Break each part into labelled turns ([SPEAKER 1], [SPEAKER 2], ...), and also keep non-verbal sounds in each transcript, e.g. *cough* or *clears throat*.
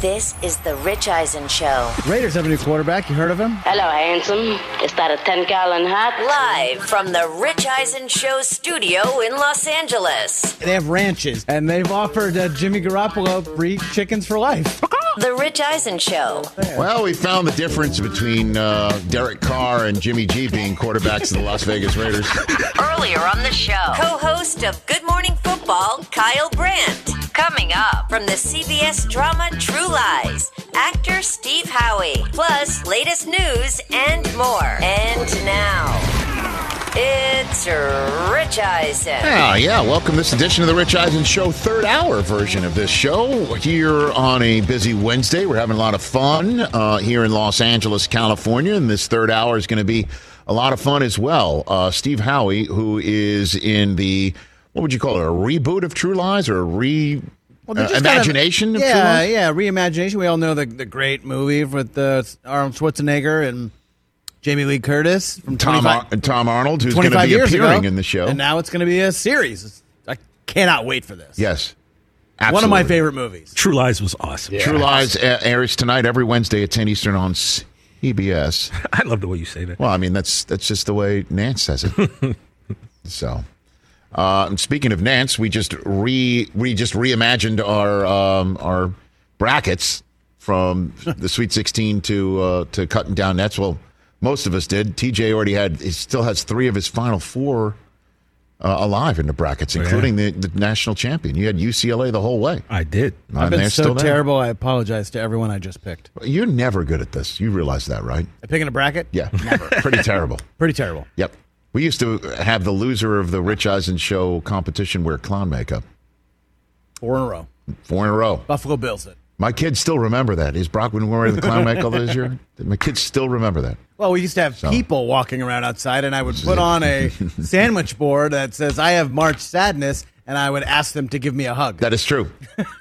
[SPEAKER 1] This is the Rich Eisen Show,
[SPEAKER 2] Raiders have a new quarterback. You heard of him?
[SPEAKER 3] Hello, handsome. Is that a 10 gallon hat?
[SPEAKER 1] live from the Rich Eisen Show studio in Los Angeles.
[SPEAKER 2] They have ranches, and they've offered uh, Jimmy Garoppolo free chickens for
[SPEAKER 4] Uh,
[SPEAKER 2] life.
[SPEAKER 1] The Rich Eisen Show.
[SPEAKER 4] Well, we found the difference between uh, Derek Carr and Jimmy G being quarterbacks of the Las Vegas Raiders.
[SPEAKER 1] Earlier on the show, co host of Good Morning Football, Kyle Brandt. Coming up from the CBS drama True Lies, actor Steve Howie, plus latest news and more. And now, it's Rich Eisen.
[SPEAKER 4] Ah, yeah. Welcome this edition of the Rich Eisen Show, third hour version of this show. Here on a busy Wednesday, we're having a lot of fun uh, here in Los Angeles, California, and this third hour is going to be a lot of fun as well. Uh, Steve Howie, who is in the what would you call it, a reboot of True Lies or a re
[SPEAKER 2] they
[SPEAKER 4] uh,
[SPEAKER 2] just got a-
[SPEAKER 4] imagination of True
[SPEAKER 2] yeah,
[SPEAKER 4] Lies?
[SPEAKER 2] yeah, reimagination. We all know the the great movie with uh, Arnold Schwarzenegger and Jamie Lee Curtis from
[SPEAKER 4] Tom,
[SPEAKER 2] 25,
[SPEAKER 4] Ar- Tom Arnold, who's going
[SPEAKER 2] 25
[SPEAKER 4] to be
[SPEAKER 2] years
[SPEAKER 4] appearing
[SPEAKER 2] ago,
[SPEAKER 4] in the show.
[SPEAKER 2] and now it's going to be a series. It's- I cannot wait for this.
[SPEAKER 4] yes.
[SPEAKER 2] one of my
[SPEAKER 4] absolutely.
[SPEAKER 2] favorite movies.
[SPEAKER 5] True Lies was awesome.
[SPEAKER 4] True Lies a- airs tonight every Wednesday at 10 Eastern on CBS.
[SPEAKER 5] *laughs* I love the way you say that.
[SPEAKER 4] Well, I mean that's that's just the way Nance says it.
[SPEAKER 2] *laughs*
[SPEAKER 4] so, uh, and speaking of Nance, we just re we just reimagined our um, our brackets from the Sweet 16 to uh, to cutting down nets. Well, most of us did. TJ already had he still has three of his final four. Uh, alive in the brackets,
[SPEAKER 2] Oh,
[SPEAKER 4] including the, the national champion. You had UCLA the whole way.
[SPEAKER 5] I did.
[SPEAKER 2] I've
[SPEAKER 4] And
[SPEAKER 2] been
[SPEAKER 4] they're
[SPEAKER 2] so
[SPEAKER 4] still there.
[SPEAKER 2] terrible. I apologize to everyone I just picked.
[SPEAKER 4] You're never good at this. You realize that, right?
[SPEAKER 2] I picking a bracket.
[SPEAKER 4] Yeah, pretty terrible.
[SPEAKER 2] pretty terrible.
[SPEAKER 4] Yep. We used to have the loser of the Rich Eisen show competition wear clown makeup.
[SPEAKER 2] Four in a row.
[SPEAKER 4] Four in a row.
[SPEAKER 2] Buffalo Bills. It.
[SPEAKER 4] My kids still remember that. Is Brockman wearing the clown makeup this *laughs* year? My kids still remember that.
[SPEAKER 2] Well, we used to have people walking around outside, and I would put on a
[SPEAKER 4] *laughs*
[SPEAKER 2] sandwich board that says, I have March Sadness, and I would ask them to give me a hug.
[SPEAKER 4] That is true.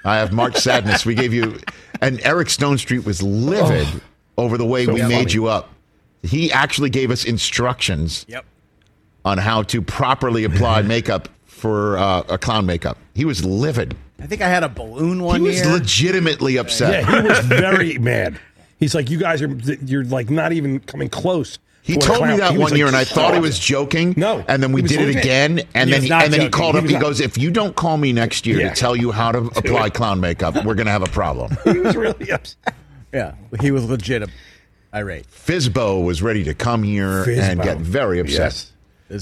[SPEAKER 4] I have March Sadness. We gave you, and Eric Stone Street was livid over the way we made you up. He actually gave us instructions
[SPEAKER 2] yep.
[SPEAKER 4] on how to properly *laughs* apply makeup for uh, a clown makeup. He was livid.
[SPEAKER 2] I think I had a balloon
[SPEAKER 4] He
[SPEAKER 2] one
[SPEAKER 4] was
[SPEAKER 2] year.
[SPEAKER 4] legitimately upset.
[SPEAKER 5] Yeah, he was very
[SPEAKER 4] *laughs*
[SPEAKER 5] mad. He's like, you guys are, you're like not even coming close. to
[SPEAKER 4] He
[SPEAKER 5] what a
[SPEAKER 4] told me
[SPEAKER 5] clown-"
[SPEAKER 4] that
[SPEAKER 5] He was
[SPEAKER 4] one
[SPEAKER 5] like,
[SPEAKER 4] year, and I
[SPEAKER 5] *laughs*
[SPEAKER 4] thought he was
[SPEAKER 5] "Stop."
[SPEAKER 4] joking.
[SPEAKER 5] No,
[SPEAKER 4] and then we
[SPEAKER 5] he was
[SPEAKER 4] did it
[SPEAKER 5] legit.
[SPEAKER 4] again, and
[SPEAKER 5] He
[SPEAKER 4] then
[SPEAKER 5] was
[SPEAKER 4] he,
[SPEAKER 5] not
[SPEAKER 4] and then he
[SPEAKER 5] joking.
[SPEAKER 4] called
[SPEAKER 5] He
[SPEAKER 4] up.
[SPEAKER 5] was
[SPEAKER 4] He
[SPEAKER 5] not-
[SPEAKER 4] goes, "If you don't call me next year
[SPEAKER 5] Yeah.
[SPEAKER 4] to tell
[SPEAKER 5] *laughs*
[SPEAKER 4] you how to apply clown makeup, we're gonna have a problem."
[SPEAKER 5] He was really upset.
[SPEAKER 2] yeah, he was legit irate.
[SPEAKER 4] Fizbo was ready to come here and
[SPEAKER 5] Fizbo.
[SPEAKER 4] get very upset.
[SPEAKER 5] Yes.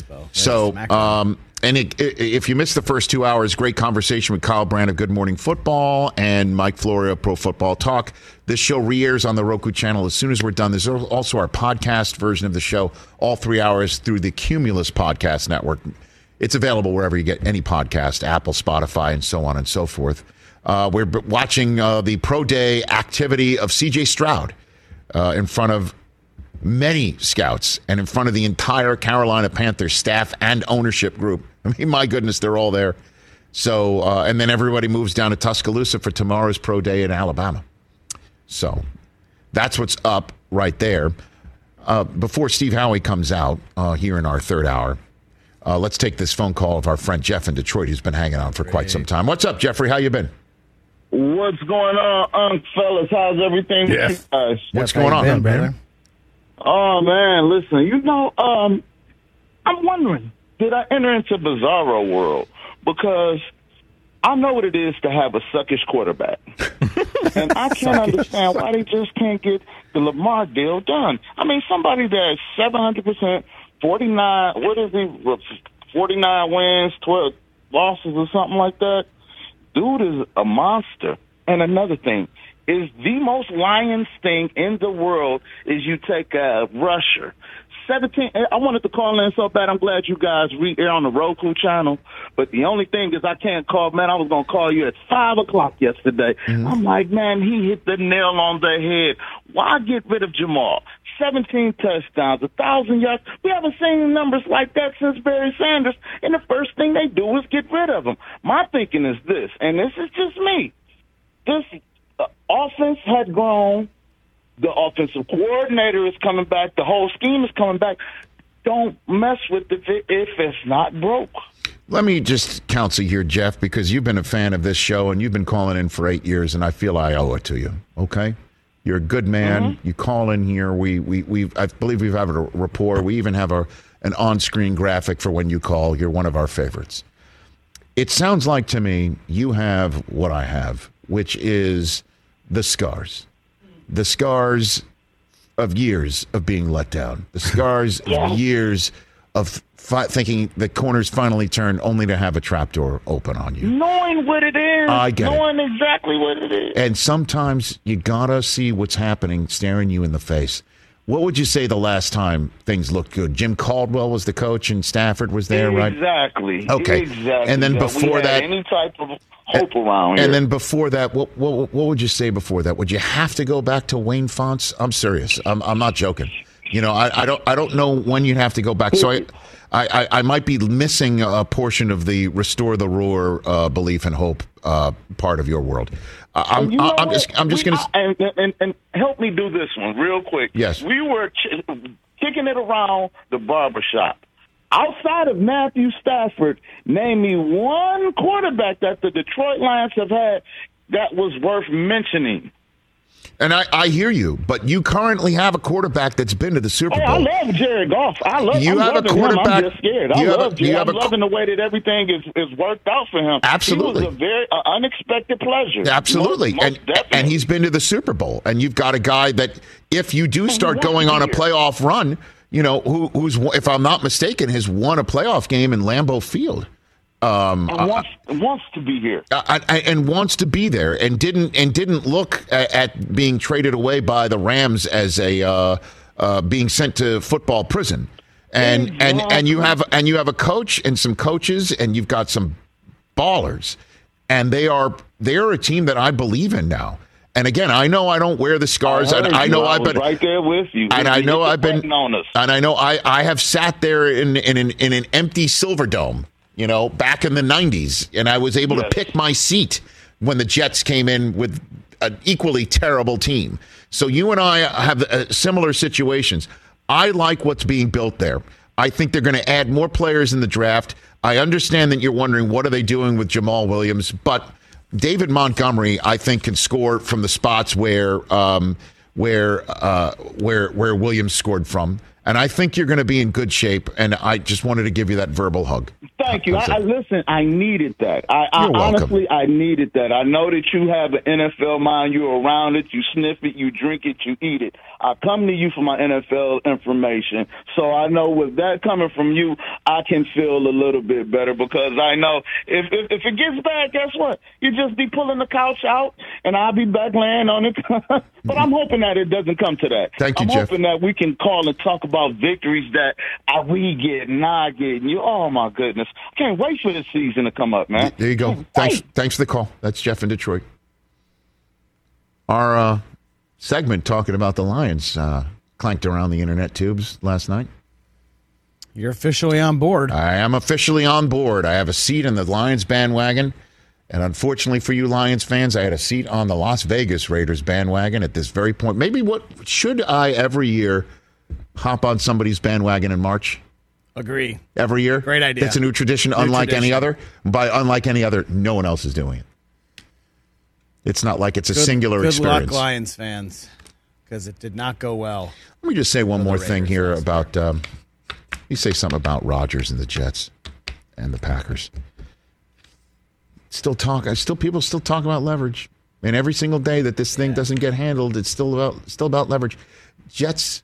[SPEAKER 2] Isbo.
[SPEAKER 4] So,
[SPEAKER 2] Smack him.
[SPEAKER 4] um, and it, i if you missed the first two hours, great conversation with Kyle Brand of Good Morning Football and Mike Florio of Pro Football Talk. This show re airs on the Roku channel as soon as we're done. There's al- also our podcast version of the show, all three hours through the Cumulus Podcast Network. It's available wherever you get any podcast, Apple, Spotify, and so on and so forth. Uh, we're b- watching uh, the pro day activity of CJ Stroud uh, in front of many scouts and in front of the entire Carolina Panthers staff and ownership group. *laughs* I mean, my goodness, they're all there. So, uh, and then everybody moves down to Tuscaloosa for tomorrow's pro day in Alabama. So that's what's up right there. Uh, before Steve Howie comes out uh, here in our third hour, uh, let's take this phone call of our friend Jeff in Detroit, who's been hanging on for quite some time. What's up, Jeffrey? How you been?
[SPEAKER 6] What's going on, Unc fellas? How's everything?
[SPEAKER 5] Yeah.
[SPEAKER 6] with you guys?
[SPEAKER 4] What's going on?
[SPEAKER 2] Been, brother?
[SPEAKER 6] Oh man, listen, you know, um, I'm wondering, did I enter into bizarro world? Because I know what it is to have a suckish quarterback, and I can't understand why they just can't get the Lamar deal done. I mean, somebody that's 700 percent, 49, what is he? 49 wins, 12 losses, or something like that. Dude is a monster. And another thing is the most lions thing in the world is you take a rusher. 17, eh, I wanted to call in so bad. I'm glad you guys re air on the Roku channel. But the only thing is I can't call, man. I was going to call you at 5 o'clock yesterday. I'm like, man, he hit the nail on the head. Why get rid of Jamal? 17 touchdowns, 1,000 yards. We haven't seen numbers like that since Barry Sanders. And the first thing they do is get rid of him. My thinking is this, and this is just me. This uh, offense had grown. The offensive coordinator is coming back. The whole scheme is coming back. Don't mess with it if it's not broke.
[SPEAKER 4] Let me just counsel here, Jeff, because you've been a fan of this show and you've been calling in for eight years, and I feel I owe it to you. Okay, you're a good man. You call in here. We we we. I believe we've had a rapport. We even have a an on-screen graphic for when you call. You're one of our favorites. It sounds like to me you have what I have, which is the scars, the scars of years of being let down, the scars of years of fi- thinking the corners finally turned, only to have a trapdoor open on
[SPEAKER 6] Mm-hmm.
[SPEAKER 4] you.
[SPEAKER 6] Knowing what it is,
[SPEAKER 4] I get it.
[SPEAKER 6] knowing exactly what it is.
[SPEAKER 4] And sometimes you gotta see what's happening, staring you in the face. What would you say the last time things looked good? Jim Caldwell was the coach, and Stafford was there, right?
[SPEAKER 6] Exactly.
[SPEAKER 4] Okay.
[SPEAKER 6] Exactly.
[SPEAKER 4] And then
[SPEAKER 6] That we
[SPEAKER 4] before
[SPEAKER 6] had
[SPEAKER 4] that-
[SPEAKER 6] any type of hope around
[SPEAKER 4] And
[SPEAKER 6] here.
[SPEAKER 4] then before that, what, what what would you say before that? Would you have to go back to Wayne Fonts? I'm serious. I'm I'm not joking. You know, I, I don't I don't know when you'd have to go back. So I, I, I- I might be missing a portion of the restore the roar uh, belief and hope uh, part of your world. I- I'm
[SPEAKER 6] You know
[SPEAKER 4] I'm
[SPEAKER 6] what?
[SPEAKER 4] just I'm just
[SPEAKER 6] We-
[SPEAKER 4] gonna.
[SPEAKER 6] I- and, and and help me do this one real quick.
[SPEAKER 4] Yes.
[SPEAKER 6] we were ch- kicking it around the barber shop. Outside of Matthew Stafford, name me one quarterback that the Detroit Lions have had that was worth mentioning.
[SPEAKER 4] And I, I hear you, but you currently have a quarterback that's been to the Super
[SPEAKER 6] Oh,
[SPEAKER 4] Bowl.
[SPEAKER 6] I love Jared Goff. I love.
[SPEAKER 4] You
[SPEAKER 6] I'm
[SPEAKER 4] have a
[SPEAKER 6] loving him.
[SPEAKER 4] quarterback-
[SPEAKER 6] I'm just scared. I
[SPEAKER 4] you have a-
[SPEAKER 6] love
[SPEAKER 4] you
[SPEAKER 6] Jared.
[SPEAKER 4] have
[SPEAKER 6] I'm
[SPEAKER 4] a-
[SPEAKER 6] loving the way that everything is, is worked out for him.
[SPEAKER 4] Absolutely.
[SPEAKER 6] he was a very uh, unexpected pleasure.
[SPEAKER 4] Absolutely.
[SPEAKER 6] Most- most
[SPEAKER 4] and
[SPEAKER 6] definitely.
[SPEAKER 4] and he's been to the Super Bowl. And you've got a guy that if you do start
[SPEAKER 6] won
[SPEAKER 4] going on a
[SPEAKER 6] here.
[SPEAKER 4] playoff run, you know, who, who's won- if I'm not mistaken, has won a playoff game in Lambeau Field. Um,
[SPEAKER 6] And wants wants to be here.
[SPEAKER 4] I, I, and wants to be there, and didn't and didn't look at, at being traded away by the Rams as a uh, uh, being sent to football prison. And and and you have and you have a coach and some coaches, and you've got some ballers, and they are they are a team that I believe in now. And again, I know I don't wear the scars. I,
[SPEAKER 6] heard
[SPEAKER 4] I
[SPEAKER 6] Oh, you.
[SPEAKER 4] know
[SPEAKER 6] I
[SPEAKER 4] I've
[SPEAKER 6] was
[SPEAKER 4] been
[SPEAKER 6] right there with you.
[SPEAKER 4] and
[SPEAKER 6] You
[SPEAKER 4] I
[SPEAKER 6] hit
[SPEAKER 4] know
[SPEAKER 6] the
[SPEAKER 4] I've been
[SPEAKER 6] button on us.
[SPEAKER 4] and I know I, I have sat there in in an, in an empty silver dome, you know, back in the '90s, and I was able to
[SPEAKER 6] Yes.
[SPEAKER 4] pick my seat when the Jets came in with an equally terrible team. So you and I have uh, similar situations. I like what's being built there. I think they're going to add more players in the draft. I understand that you're wondering what are they doing with Jamal Williams, but David Montgomery, I think, can score from the spots where um, where uh, where where Williams scored from, and I think you're going to be in good shape. And I just wanted to give you that verbal hug.
[SPEAKER 6] Thank you. I, I listen. I needed that. I, I
[SPEAKER 4] You're welcome.
[SPEAKER 6] honestly, I needed that. I know that you have an NFL mind. You're around it. You sniff it. You drink it. You eat it. I come to you for my NFL information, so I know with that coming from you, I can feel a little bit better because I know if if, if it gets bad, guess what? You just be pulling the couch out, and I'll be back laying on it. *laughs* but I'm hoping that it doesn't come to that.
[SPEAKER 4] Thank you,
[SPEAKER 6] I'm
[SPEAKER 4] Jeff.
[SPEAKER 6] hoping that we can call and talk about victories that I, we get and I get. And you, oh my goodness, I can't wait for this season to come up, man.
[SPEAKER 4] There you go. Thanks. Thanks for the call. That's Jeff in Detroit. Our uh, segment talking about the Lions uh, clanked around the internet tubes last night.
[SPEAKER 2] You're officially on board.
[SPEAKER 4] I am officially on board. I have a seat in the Lions bandwagon. And unfortunately for you Lions fans, I had a seat on the Las Vegas Raiders bandwagon at this very point. Maybe what should I every year hop on somebody's bandwagon in March?
[SPEAKER 2] Agree.
[SPEAKER 4] Every year?
[SPEAKER 2] Great idea.
[SPEAKER 4] That's a new tradition, unlike any
[SPEAKER 2] tradition.
[SPEAKER 4] other. By unlike any other, no one else is doing it. It's not like it's a
[SPEAKER 2] Good-
[SPEAKER 4] singular
[SPEAKER 2] good
[SPEAKER 4] experience.
[SPEAKER 2] luck, Lions fans, because it did not go well.
[SPEAKER 4] Let me just say one more
[SPEAKER 2] the
[SPEAKER 4] thing
[SPEAKER 2] Raiders
[SPEAKER 4] here about. Um, you say something about Rodgers and the Jets and the Packers. Still talk. I Still people still talk about leverage. And every single day that this thing doesn't get handled, it's still about still about leverage. Jets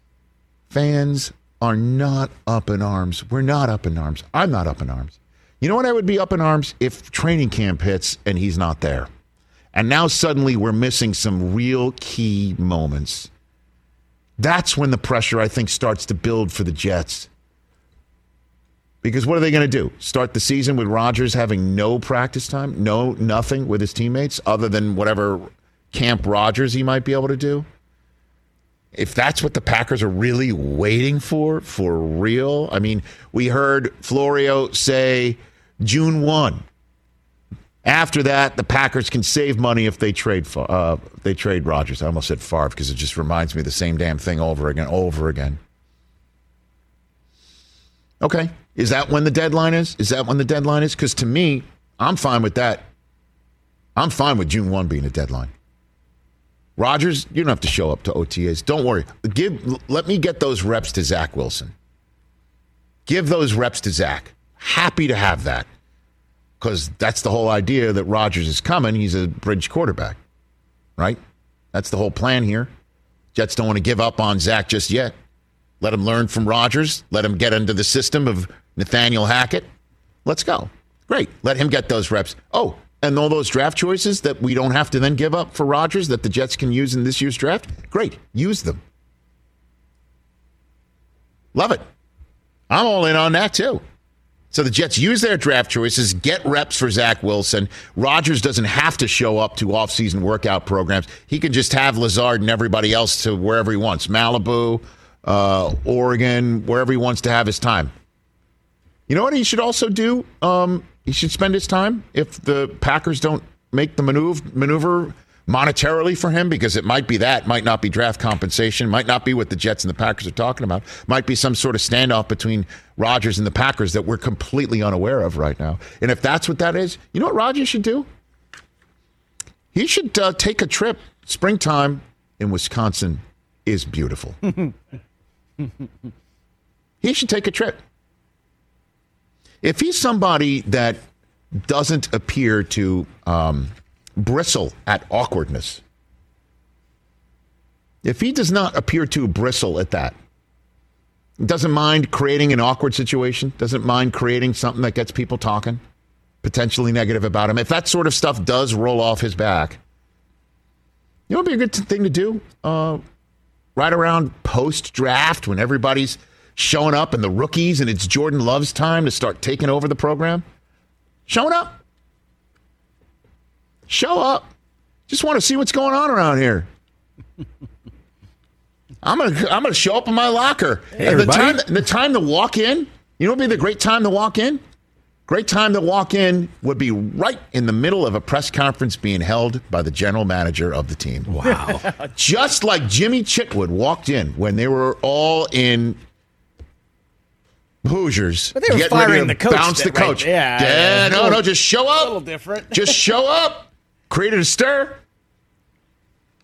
[SPEAKER 4] fans are not up in arms. We're not up in arms. I'm not up in arms. You know what? I would be up in arms if training camp hits and he's not there. And now suddenly we're missing some real key moments. That's when the pressure, I think, starts to build for the Jets. Because what are they going to do? Start the season with Rodgers having no practice time, no nothing with his teammates other than whatever camp Rodgers he might be able to do? If that's what the Packers are really waiting for, for real, I mean, we heard Florio say June 1. After that, the Packers can save money if they trade Fa- uh, if they trade Rodgers. I almost said Favre because it just reminds me of the same damn thing over again, over again. Okay, Is that when the deadline is? Is that when the deadline is? Because to me, I'm fine with that. I'm fine with June 1 being a deadline. Rogers, you don't have to show up to OTAs. Don't worry. Give let me get those reps to Zach Wilson. Give those reps to Zach. Happy to have that. Because that's the whole idea that Rogers is coming. He's a bridge quarterback. Right? That's the whole plan here. Jets don't want to give up on Zach just yet. Let him learn from Rogers. Let him get into the system of Nathaniel Hackett. Let's go. Great. Let him get those reps. Oh, and all those draft choices that we don't have to then give up for Rogers that the Jets can use in this year's draft. Great. Use them. Love it. I'm all in on that too. So the Jets use their draft choices, get reps for Zach Wilson. Rodgers doesn't have to show up to offseason workout programs. He can just have Lazard and everybody else to wherever he wants Malibu, uh, Oregon, wherever he wants to have his time. You know what he should also do? Um, he should spend his time if the Packers don't make the maneuver, maneuver monetarily for him because it might be that, might not be draft compensation, might not be what the Jets and the Packers are talking about, might be some sort of standoff between Rodgers and the Packers that we're completely unaware of right now. And if that's what that is, you know what Rodgers should do? He should uh, take a trip. Springtime in Wisconsin is beautiful. *laughs* he should take a trip. If he's somebody that doesn't appear to um, bristle at awkwardness. If he does not appear to bristle at that, doesn't mind creating an awkward situation, doesn't mind creating something that gets people talking, potentially negative about him, if that sort of stuff does roll off his back, you know what would be a good thing to do? Uh, right around post draft when everybody's showing up and the rookies and it's Jordan Love's time to start taking over the program. Showing up, show up. Just want to see what's going on around here. *laughs* I'm gonna I'm gonna show up in my locker.
[SPEAKER 7] Hey,
[SPEAKER 4] And the time
[SPEAKER 7] everybody.
[SPEAKER 4] the time to walk in, you know what would be the great time to walk in? Great time to walk in would be right in the middle of a press conference being held by the general manager of the team.
[SPEAKER 7] Wow.
[SPEAKER 4] *laughs* Just like Jimmy Chitwood walked in when they were all in Hoosiers.
[SPEAKER 2] But they were
[SPEAKER 4] getting ready
[SPEAKER 2] firing
[SPEAKER 4] to
[SPEAKER 2] the coach
[SPEAKER 4] Bounce the
[SPEAKER 2] that- right,
[SPEAKER 4] coach.
[SPEAKER 2] yeah,
[SPEAKER 4] yeah,
[SPEAKER 2] yeah.
[SPEAKER 4] no, no, just show up.
[SPEAKER 2] A little different.
[SPEAKER 4] Just show up. Created a stir.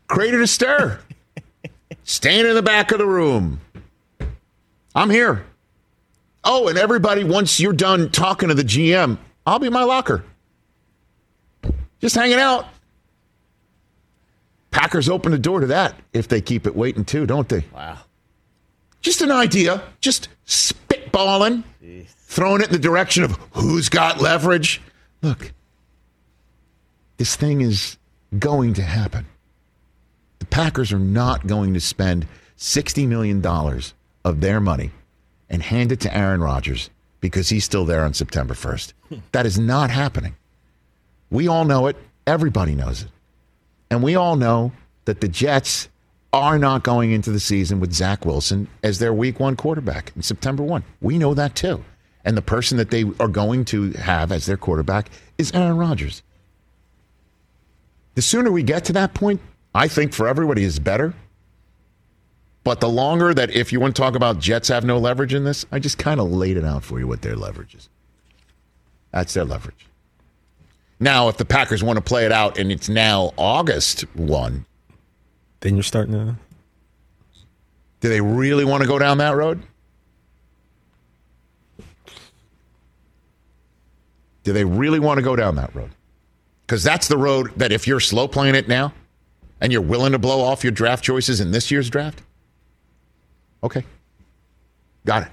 [SPEAKER 4] Created a stir. Staying in the back of the room. I'm here. Oh, and everybody, once you're done talking to the GM, I'll be in my locker. Just hanging out. Packers open the door to that if they keep it waiting too, don't they? Wow. Just an idea. Just spitballing, throwing it in the direction of who's got leverage. Look, this thing is going to happen. The Packers are not going to spend $60 million of their money and hand it to Aaron Rodgers because he's still there on September 1st. That is not happening. We all know it. Everybody knows it. And we all know that the Jets are not going into the season with Zach Wilson as their week one quarterback in September 1. We know that too. And the person that they are going to have as their quarterback is Aaron Rodgers the sooner we get to that point, I think for everybody is better. But the longer that, if you want to talk about Jets have no leverage in this, I just kind of laid it out for you what their leverage is. That's their leverage. Now, if the Packers want to play it out and it's now August 1,
[SPEAKER 5] Then you're starting to.
[SPEAKER 4] do they really want to go down that road? Do they really want to go down that road? Because that's the road that if you're slow playing it now and you're willing to blow off your draft choices in this year's draft, okay. Got it.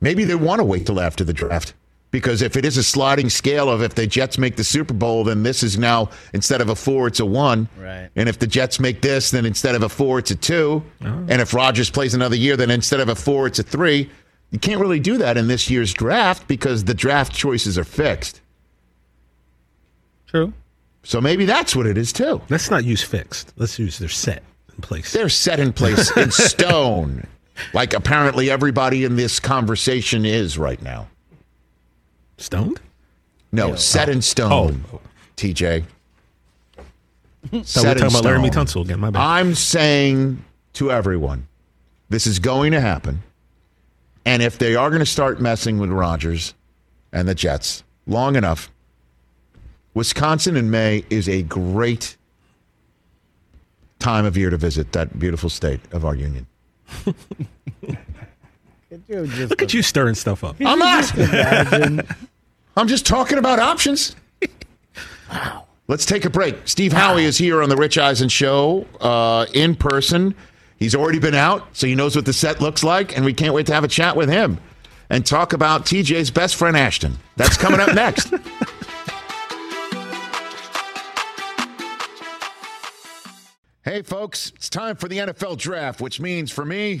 [SPEAKER 4] Maybe they want to wait till after the draft. Because if it is a sliding scale of if the Jets make the Super Bowl, then this is now instead of a four, it's a one.
[SPEAKER 2] Right.
[SPEAKER 4] And if the Jets make this, then instead of a four, it's a 2 And if Rodgers plays another year, then instead of a four, it's a three. You can't really do that in this year's draft because the draft choices are fixed.
[SPEAKER 5] True.
[SPEAKER 4] So maybe that's what it is too.
[SPEAKER 5] Let's not use fixed. Let's use their set in place.
[SPEAKER 4] They're set in place in stone, like apparently everybody in this conversation is right now.
[SPEAKER 5] Stoned?
[SPEAKER 4] No, set in stone,
[SPEAKER 5] Oh.
[SPEAKER 4] TJ.
[SPEAKER 5] So we're talking about Laramie Tunsil again. My bad.
[SPEAKER 4] I'm saying to everyone, this is going to happen. And if they are going to start messing with Rodgers and the Jets long enough, Wisconsin in May is a great time of year to visit that beautiful state of our union.
[SPEAKER 5] Look at you stirring stuff up.
[SPEAKER 4] *laughs* I'm not. I'm just talking about options. Wow. Let's take a break. Steve Howie is here on the Rich Eisen show uh, in person. He's already been out, so he knows what the set looks like, and we can't wait to have a chat with him and talk about TJ's best friend Ashton. That's coming up *laughs* next. Hey, folks, it's time for the NFL draft, which means for me,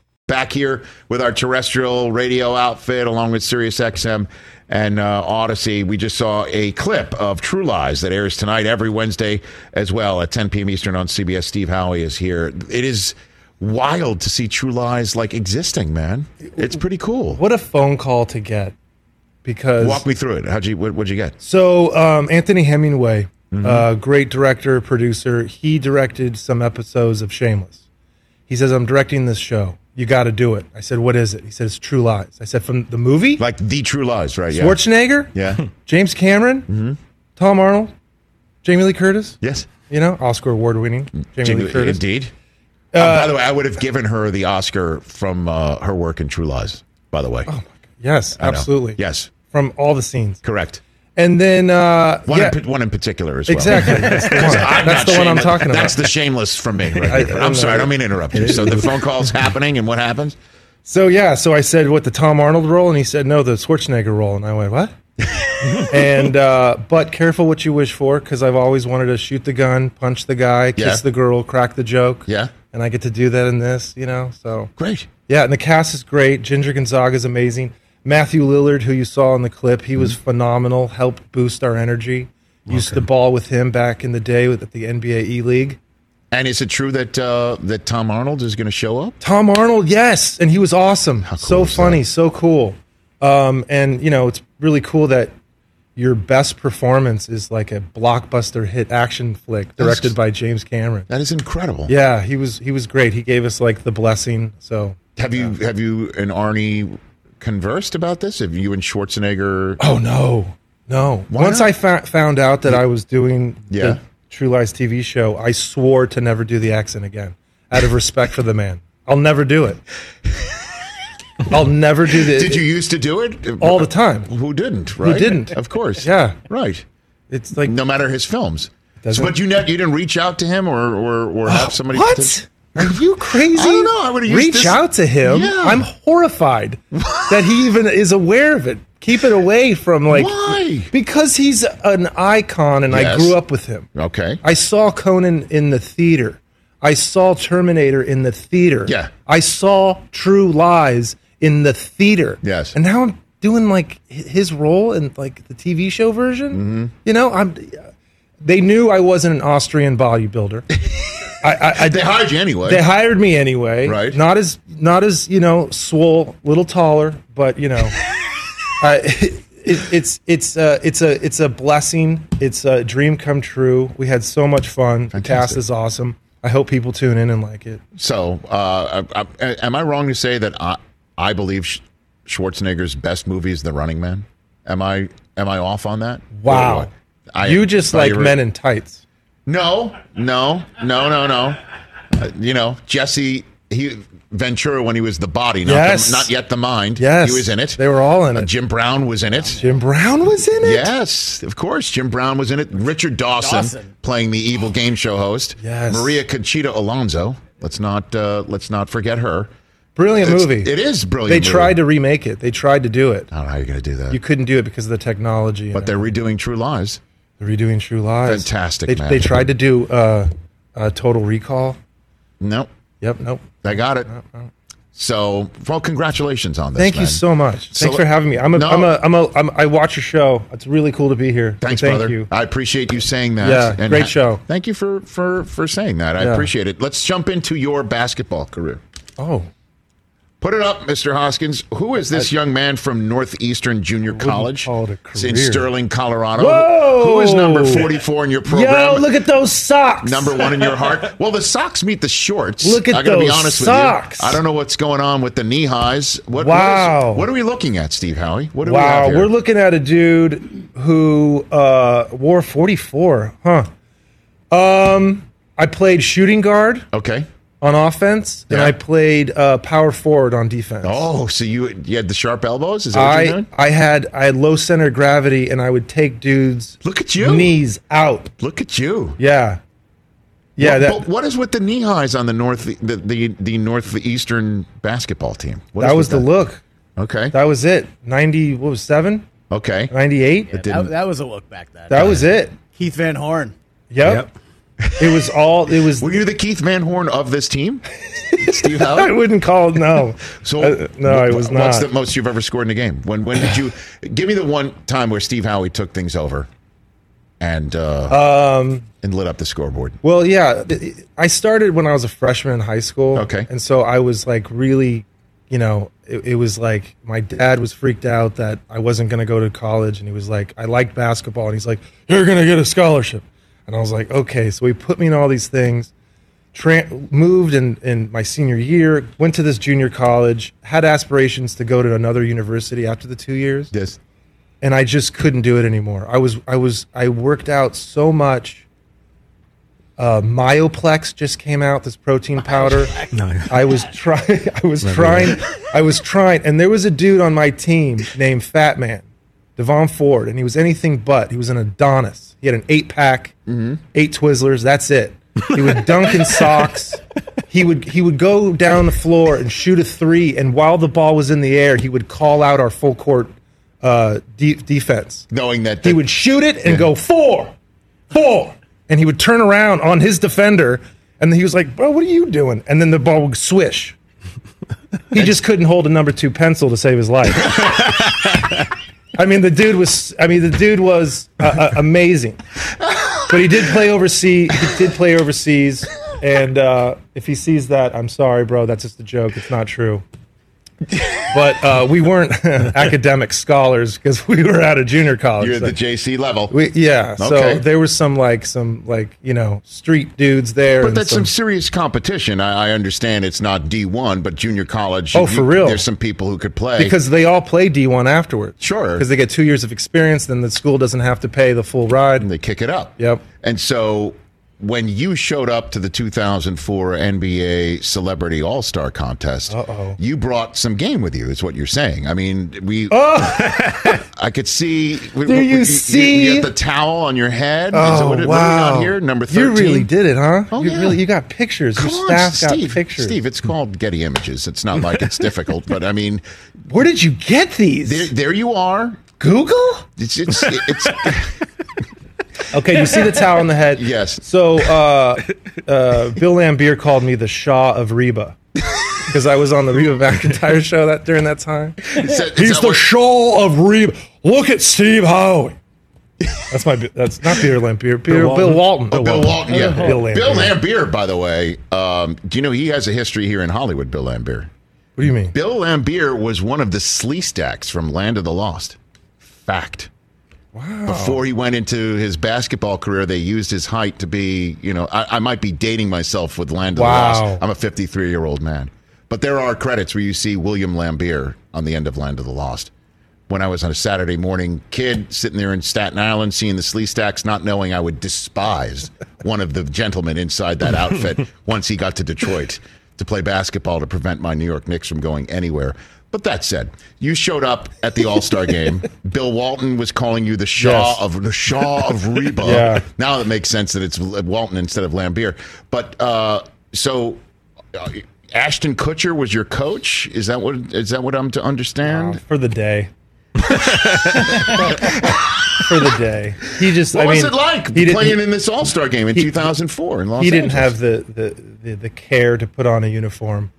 [SPEAKER 4] back here with our terrestrial radio outfit along with SiriusXM and uh, Odyssey. We just saw a clip of True Lies that airs tonight every Wednesday as well at 10 p.m. Eastern on CBS. Steve Howie is here. It is wild to see True Lies like existing, man. It's pretty cool.
[SPEAKER 7] What a phone call to get because
[SPEAKER 4] Walk me through it. How'd you what, what'd you get?
[SPEAKER 7] so um, Anthony Hemingway,
[SPEAKER 4] Mm-hmm.
[SPEAKER 7] uh, great director, producer, he directed some episodes of Shameless. He says, "I'm directing this show. You got to do it." I said, "What is it?" He said, "It's True Lies." I said, "From the movie
[SPEAKER 4] Like the True Lies, right? Yeah.
[SPEAKER 7] Schwarzenegger,
[SPEAKER 4] Yeah. Mm-hmm.
[SPEAKER 7] James Cameron, Tom Arnold, Jamie Lee Curtis,
[SPEAKER 4] yes.
[SPEAKER 7] you know, Oscar award-winning Jamie,
[SPEAKER 4] Mm. Jamie-
[SPEAKER 7] Lee Curtis."
[SPEAKER 4] Indeed. Uh, by the way, I would have given her the Oscar from uh, her work in True Lies. By the way,
[SPEAKER 7] Yes,
[SPEAKER 4] I know.
[SPEAKER 7] Oh, absolutely.
[SPEAKER 4] Yes,
[SPEAKER 7] from all the scenes,
[SPEAKER 4] correct.
[SPEAKER 7] and then uh,
[SPEAKER 4] One,
[SPEAKER 7] yeah,
[SPEAKER 4] in, pa- one in particular as well. *laughs*
[SPEAKER 7] exactly. That's the one,
[SPEAKER 4] I'm not
[SPEAKER 7] That's the one I'm
[SPEAKER 4] shameless.
[SPEAKER 7] talking about.
[SPEAKER 4] That's the shameless from me. Right there.
[SPEAKER 7] I-
[SPEAKER 4] I'm sorry, I don't mean to interrupt you. So the phone call's
[SPEAKER 7] *laughs*
[SPEAKER 4] happening, and what happens?
[SPEAKER 7] So yeah, so I said what the Tom Arnold role, and he said no, the Schwarzenegger role, and I
[SPEAKER 4] *laughs*
[SPEAKER 7] went what? and uh, but careful what you wish for, because I've always wanted to shoot the gun, punch the guy, kiss
[SPEAKER 4] Yeah.
[SPEAKER 7] the girl, crack the joke.
[SPEAKER 4] Yeah.
[SPEAKER 7] and I get to do that in this, you know. So
[SPEAKER 4] Great.
[SPEAKER 7] yeah, and the cast is great. Ginger Gonzaga is amazing. Matthew Lillard, who you saw in the clip, he
[SPEAKER 4] Mm-hmm.
[SPEAKER 7] was phenomenal. Helped boost our energy. Used the ball with him back in the day with at the NBA E League.
[SPEAKER 4] And is it true that uh, that Tom Arnold is going to show up?
[SPEAKER 7] Tom Arnold, yes, and he was awesome.
[SPEAKER 4] How cool
[SPEAKER 7] so
[SPEAKER 4] is
[SPEAKER 7] funny,
[SPEAKER 4] that?
[SPEAKER 7] so cool. Um, and you know, it's really cool that your best performance is like a blockbuster hit action flick directed by James Cameron.
[SPEAKER 4] That is incredible.
[SPEAKER 7] Yeah, he was he was great. He gave us like the blessing. So
[SPEAKER 4] Have you have you and Arnie conversed about this? Have you and Schwarzenegger?
[SPEAKER 7] oh no, no.
[SPEAKER 4] Why
[SPEAKER 7] Once
[SPEAKER 4] not?
[SPEAKER 7] I fa- found out that I was doing
[SPEAKER 4] Yeah.
[SPEAKER 7] the True Lies TV show, I swore to never do the accent again out of respect for the man. I'll never
[SPEAKER 4] *laughs*
[SPEAKER 7] do it. I'll never do the.
[SPEAKER 4] Did you used to do it
[SPEAKER 7] all the time?
[SPEAKER 4] Who didn't? Right?
[SPEAKER 7] didn't?
[SPEAKER 4] Of course.
[SPEAKER 7] Yeah.
[SPEAKER 4] Right.
[SPEAKER 7] It's like
[SPEAKER 4] No matter his films.
[SPEAKER 7] Doesn't- Oh,
[SPEAKER 4] but you ne- you didn't reach out to him or or, or have somebody.
[SPEAKER 7] What?
[SPEAKER 4] to-
[SPEAKER 7] Are you crazy?
[SPEAKER 4] *laughs* I don't know. I would've used
[SPEAKER 7] reach
[SPEAKER 4] this-
[SPEAKER 7] out to him.
[SPEAKER 4] Yeah.
[SPEAKER 7] I'm horrified that he even is aware of it. Keep it away from like
[SPEAKER 4] Why?
[SPEAKER 7] Because he's an icon, and I
[SPEAKER 4] Yes.
[SPEAKER 7] grew up with him.
[SPEAKER 4] Okay.
[SPEAKER 7] I saw Conan in the theater. I saw Terminator in the theater.
[SPEAKER 4] Yeah.
[SPEAKER 7] I saw True Lies in the theater.
[SPEAKER 4] Yes.
[SPEAKER 7] And now I'm doing like hi- his role in like the TV show version.
[SPEAKER 4] Mm-hmm.
[SPEAKER 7] You know, I'm. They knew I wasn't an
[SPEAKER 4] *laughs*
[SPEAKER 7] Austrian bodybuilder. I, I, I,
[SPEAKER 4] they hired you anyway.
[SPEAKER 7] they hired me anyway.
[SPEAKER 4] Right.
[SPEAKER 7] Not as not as you know, swole, little taller, but
[SPEAKER 4] *laughs*
[SPEAKER 7] you know, I, it, it's it's uh, it's a it's a blessing. It's a dream come true. We had so much fun. The cast
[SPEAKER 4] Fantastic.
[SPEAKER 7] is awesome. I hope people tune in and like it.
[SPEAKER 4] so, uh, I, I, am I wrong to say that I, I believe Sch- Schwarzenegger's best movie is The Running Man? Am I am I off on that? Or
[SPEAKER 7] Wow,
[SPEAKER 4] what? I-
[SPEAKER 7] you just
[SPEAKER 4] thought
[SPEAKER 7] like
[SPEAKER 4] were-
[SPEAKER 7] men in tights.
[SPEAKER 4] No, no, no, no, no. Uh, you know, Jesse he Ventura when he was the body, not,
[SPEAKER 7] Yes.
[SPEAKER 4] the, not yet the mind.
[SPEAKER 7] Yes.
[SPEAKER 4] he was in it.
[SPEAKER 7] They were all in
[SPEAKER 4] Uh,
[SPEAKER 7] it.
[SPEAKER 4] Jim Brown was in it.
[SPEAKER 7] Jim Brown was in it.
[SPEAKER 4] Yes, of course. Jim Brown was in it. Richard Dawson,
[SPEAKER 2] Dawson.
[SPEAKER 4] playing the evil game show host.
[SPEAKER 7] Yes.
[SPEAKER 4] Maria Conchita Alonso. Let's not uh, let's not forget her.
[SPEAKER 7] Brilliant
[SPEAKER 4] It's-
[SPEAKER 7] movie.
[SPEAKER 4] It is brilliant.
[SPEAKER 7] They
[SPEAKER 4] movie.
[SPEAKER 7] tried to remake it. They tried to do it.
[SPEAKER 4] I don't know how you're going to do that.
[SPEAKER 7] You couldn't do it because of the technology. in
[SPEAKER 4] but
[SPEAKER 7] it.
[SPEAKER 4] they're redoing True Lies.
[SPEAKER 7] They're redoing True Lies.
[SPEAKER 4] Fantastic,
[SPEAKER 7] They,
[SPEAKER 4] man.
[SPEAKER 7] they tried to do uh, uh, Total Recall.
[SPEAKER 4] Nope,
[SPEAKER 7] Yep. Nope.
[SPEAKER 4] I got it. So, well, congratulations on this.
[SPEAKER 7] Thank you
[SPEAKER 4] man.
[SPEAKER 7] so much.
[SPEAKER 4] So-
[SPEAKER 7] Thanks for having me. I'm a,
[SPEAKER 4] No.
[SPEAKER 7] am a, I'm a, I'm, I watch your show. It's really cool to be here.
[SPEAKER 4] Thanks,
[SPEAKER 7] Thank
[SPEAKER 4] brother.
[SPEAKER 7] You.
[SPEAKER 4] I appreciate you saying that.
[SPEAKER 7] Yeah, great show.
[SPEAKER 4] Thank you for for for saying that. I
[SPEAKER 7] Yeah.
[SPEAKER 4] appreciate it. Let's jump into your basketball career.
[SPEAKER 7] Oh,
[SPEAKER 4] Put it up, Mr. Hoskins. Who is this young man from Northeastern Junior College
[SPEAKER 7] call it a
[SPEAKER 4] It's in
[SPEAKER 7] career.
[SPEAKER 4] Sterling, Colorado?
[SPEAKER 7] Whoa!
[SPEAKER 4] Who is number 44 in your program?
[SPEAKER 7] yo, look at those socks.
[SPEAKER 4] number one in your heart.
[SPEAKER 7] *laughs*
[SPEAKER 4] Well, the socks meet the shorts.
[SPEAKER 7] Look at
[SPEAKER 4] I gotta be
[SPEAKER 7] those
[SPEAKER 4] honest
[SPEAKER 7] socks.
[SPEAKER 4] with you. I don't know what's going on with the knee highs. What, what is-
[SPEAKER 7] Wow.
[SPEAKER 4] What, are we looking at, Steve Howie? What do we have
[SPEAKER 7] Wow,
[SPEAKER 4] here?
[SPEAKER 7] we're looking at a dude who uh, wore 44, huh? Um, I played shooting guard
[SPEAKER 4] okay.
[SPEAKER 7] on offense, and
[SPEAKER 4] Yeah.
[SPEAKER 7] I played uh, power forward on defense.
[SPEAKER 4] Oh, so you you had the sharp elbows? Is that what you're
[SPEAKER 7] I
[SPEAKER 4] doing?
[SPEAKER 7] I had I had low center of gravity, and I would take dudes'
[SPEAKER 4] Look at you.
[SPEAKER 7] knees out.
[SPEAKER 4] Look at you.
[SPEAKER 7] Yeah, yeah.
[SPEAKER 4] Well,
[SPEAKER 7] that,
[SPEAKER 4] but what is with the knee highs on the north the the, the northeastern basketball team? What
[SPEAKER 7] that
[SPEAKER 4] is
[SPEAKER 7] was the
[SPEAKER 4] with
[SPEAKER 7] look.
[SPEAKER 4] Okay.
[SPEAKER 7] That was it. 90, what was seven?
[SPEAKER 4] okay.
[SPEAKER 7] 98?
[SPEAKER 4] didn't-
[SPEAKER 2] That, that was a look back then.
[SPEAKER 7] That was it.
[SPEAKER 2] Keith Van Horn.
[SPEAKER 7] Yep. it was all, it
[SPEAKER 4] *laughs*
[SPEAKER 7] was,
[SPEAKER 4] Were you the Keith Van Horn of this
[SPEAKER 7] *laughs*
[SPEAKER 4] team, Steve
[SPEAKER 7] I
[SPEAKER 4] Howard?
[SPEAKER 7] wouldn't call it, no.
[SPEAKER 4] So,
[SPEAKER 7] Uh, no, I was
[SPEAKER 4] What's
[SPEAKER 7] not.
[SPEAKER 4] the most you've ever scored in a game? When when did you give me the one time where Steve Howie took things over and uh, um, and lit up the scoreboard?
[SPEAKER 7] well, yeah. th- I started when I was a freshman in high school.
[SPEAKER 4] Okay.
[SPEAKER 7] And so I was like really, you know, it, it was like my dad was freaked out that I wasn't going to go to college. And he was like, I like basketball. And he's like, you're going to get a scholarship. And I was like, okay. So he put me in all these things. tran moved in, in my senior year, went to this junior college, had aspirations to go to another university after the two years,
[SPEAKER 4] Yes.
[SPEAKER 7] and I just couldn't do it anymore. I was I was I worked out so much. Uh, Myoplex just came out this protein powder.
[SPEAKER 8] *laughs*
[SPEAKER 7] I was trying. *laughs* I was trying. *laughs* I was trying, and there was a dude on my team named Fat Man, Devon Ford, and he was anything but. He was an Adonis. He had an eight pack, eight Twizzlers. That's it. He would dunk in socks. He would he would go down the floor and shoot a three, and while the ball was in the air, he would call out our full court uh, de- defense
[SPEAKER 4] Knowing that
[SPEAKER 7] he would shoot it and go four, four, and he would turn around on his defender, and he was like, "Bro, what are you doing?" And then the ball
[SPEAKER 4] *laughs*
[SPEAKER 7] would swish. He just couldn't hold a number two pencil to save his life. I mean, the dude was. I mean, the dude was uh, uh, amazing, but he did play overseas. He did play overseas, and uh, if he sees that, I'm sorry, bro. That's just a joke. It's not true. But uh, we weren't *laughs* academic scholars because we were out of junior college.
[SPEAKER 4] you're at
[SPEAKER 7] so-
[SPEAKER 4] the JC level.
[SPEAKER 7] we, yeah.
[SPEAKER 4] Okay.
[SPEAKER 7] So there was some like some like you know street dudes there.
[SPEAKER 4] But
[SPEAKER 7] and
[SPEAKER 4] that's some, serious competition. I, I understand it's not D1, but junior college.
[SPEAKER 7] Oh, for real.
[SPEAKER 4] There's some people who could play.
[SPEAKER 7] because they all play D one afterwards.
[SPEAKER 4] Sure.
[SPEAKER 7] Because they get two years of experience, then the school doesn't have to pay the full ride.
[SPEAKER 4] and they kick it up.
[SPEAKER 7] Yep.
[SPEAKER 4] And so when you showed up to the 2004 NBA Celebrity All Star Contest,
[SPEAKER 7] Uh-oh.
[SPEAKER 4] you brought some game with you. Is what you're saying? I mean, we.
[SPEAKER 7] *laughs*
[SPEAKER 4] I could see. Do
[SPEAKER 7] Oh. you see?
[SPEAKER 4] You, got the towel on your head.
[SPEAKER 7] Oh,
[SPEAKER 4] Is it- what,
[SPEAKER 7] wow.
[SPEAKER 4] what are we on here? Number thirteen.
[SPEAKER 7] You really did it, huh?
[SPEAKER 4] Oh,
[SPEAKER 7] you
[SPEAKER 4] yeah.
[SPEAKER 7] really you got pictures.
[SPEAKER 4] Come
[SPEAKER 7] Your
[SPEAKER 4] on,
[SPEAKER 7] staff
[SPEAKER 4] Steve,
[SPEAKER 7] got pictures.
[SPEAKER 4] Steve, it's called Getty Images. It's not like
[SPEAKER 7] *laughs*
[SPEAKER 4] it's difficult, but I mean,
[SPEAKER 7] Where did you get these?
[SPEAKER 4] there, there you are.
[SPEAKER 7] Google?
[SPEAKER 4] It's it's it's.
[SPEAKER 7] Okay, you see the towel on the head.
[SPEAKER 4] *laughs* Yes.
[SPEAKER 7] So uh, uh, Bill Lambier called me the Shaw of Reba because I was on the Reba McIntyre *laughs* show that during that time.
[SPEAKER 4] it's, it's
[SPEAKER 5] He's the show of Reba. Look at Steve Howe.
[SPEAKER 7] That's my. That's not Peter Lambier. Peter, Bill,
[SPEAKER 5] Walton.
[SPEAKER 7] Walton.
[SPEAKER 4] Oh, Bill Walton, yeah.
[SPEAKER 7] Bill Lambier.
[SPEAKER 4] Bill Lambier, by the way, um, do you know he has a history here in Hollywood? Bill Lambier.
[SPEAKER 7] What do you mean?
[SPEAKER 4] Bill Lambier was one of the Sleestacks from Land of the Lost. Fact. Wow. Before he went into his basketball career, they used his height to be, you know, I, I might be dating myself with Land of
[SPEAKER 7] Wow.
[SPEAKER 4] the Lost. I'm a 53 year old man. But there are credits where you see William Lambier on the end of Land of the Lost. When I was on a Saturday morning kid sitting there in Staten Island seeing the Sleestacks, not knowing I would despise one of the gentlemen inside that
[SPEAKER 7] *laughs*
[SPEAKER 4] outfit once he got to Detroit to play basketball to prevent my New York Knicks from going anywhere. But that said, you showed up at the All
[SPEAKER 7] *laughs*
[SPEAKER 4] Star game. Bill Walton was calling you the Shaw
[SPEAKER 7] Yes.
[SPEAKER 4] of the Shaw of Reba.
[SPEAKER 7] Yeah.
[SPEAKER 4] Now it makes sense that it's Walton instead of Lambier. But uh, so uh, Ashton Kutcher was your coach. Is that what is that what I'm to understand?
[SPEAKER 7] For
[SPEAKER 4] *laughs*
[SPEAKER 7] the day. For the day. He just.
[SPEAKER 4] What
[SPEAKER 7] I
[SPEAKER 4] was
[SPEAKER 7] mean,
[SPEAKER 4] it like
[SPEAKER 7] he didn't-
[SPEAKER 4] playing
[SPEAKER 7] he-
[SPEAKER 4] in this All Star game in
[SPEAKER 7] he-
[SPEAKER 4] 2004 in Los
[SPEAKER 7] He didn't
[SPEAKER 4] Angeles?
[SPEAKER 7] have the, the, the, the care to put on a uniform.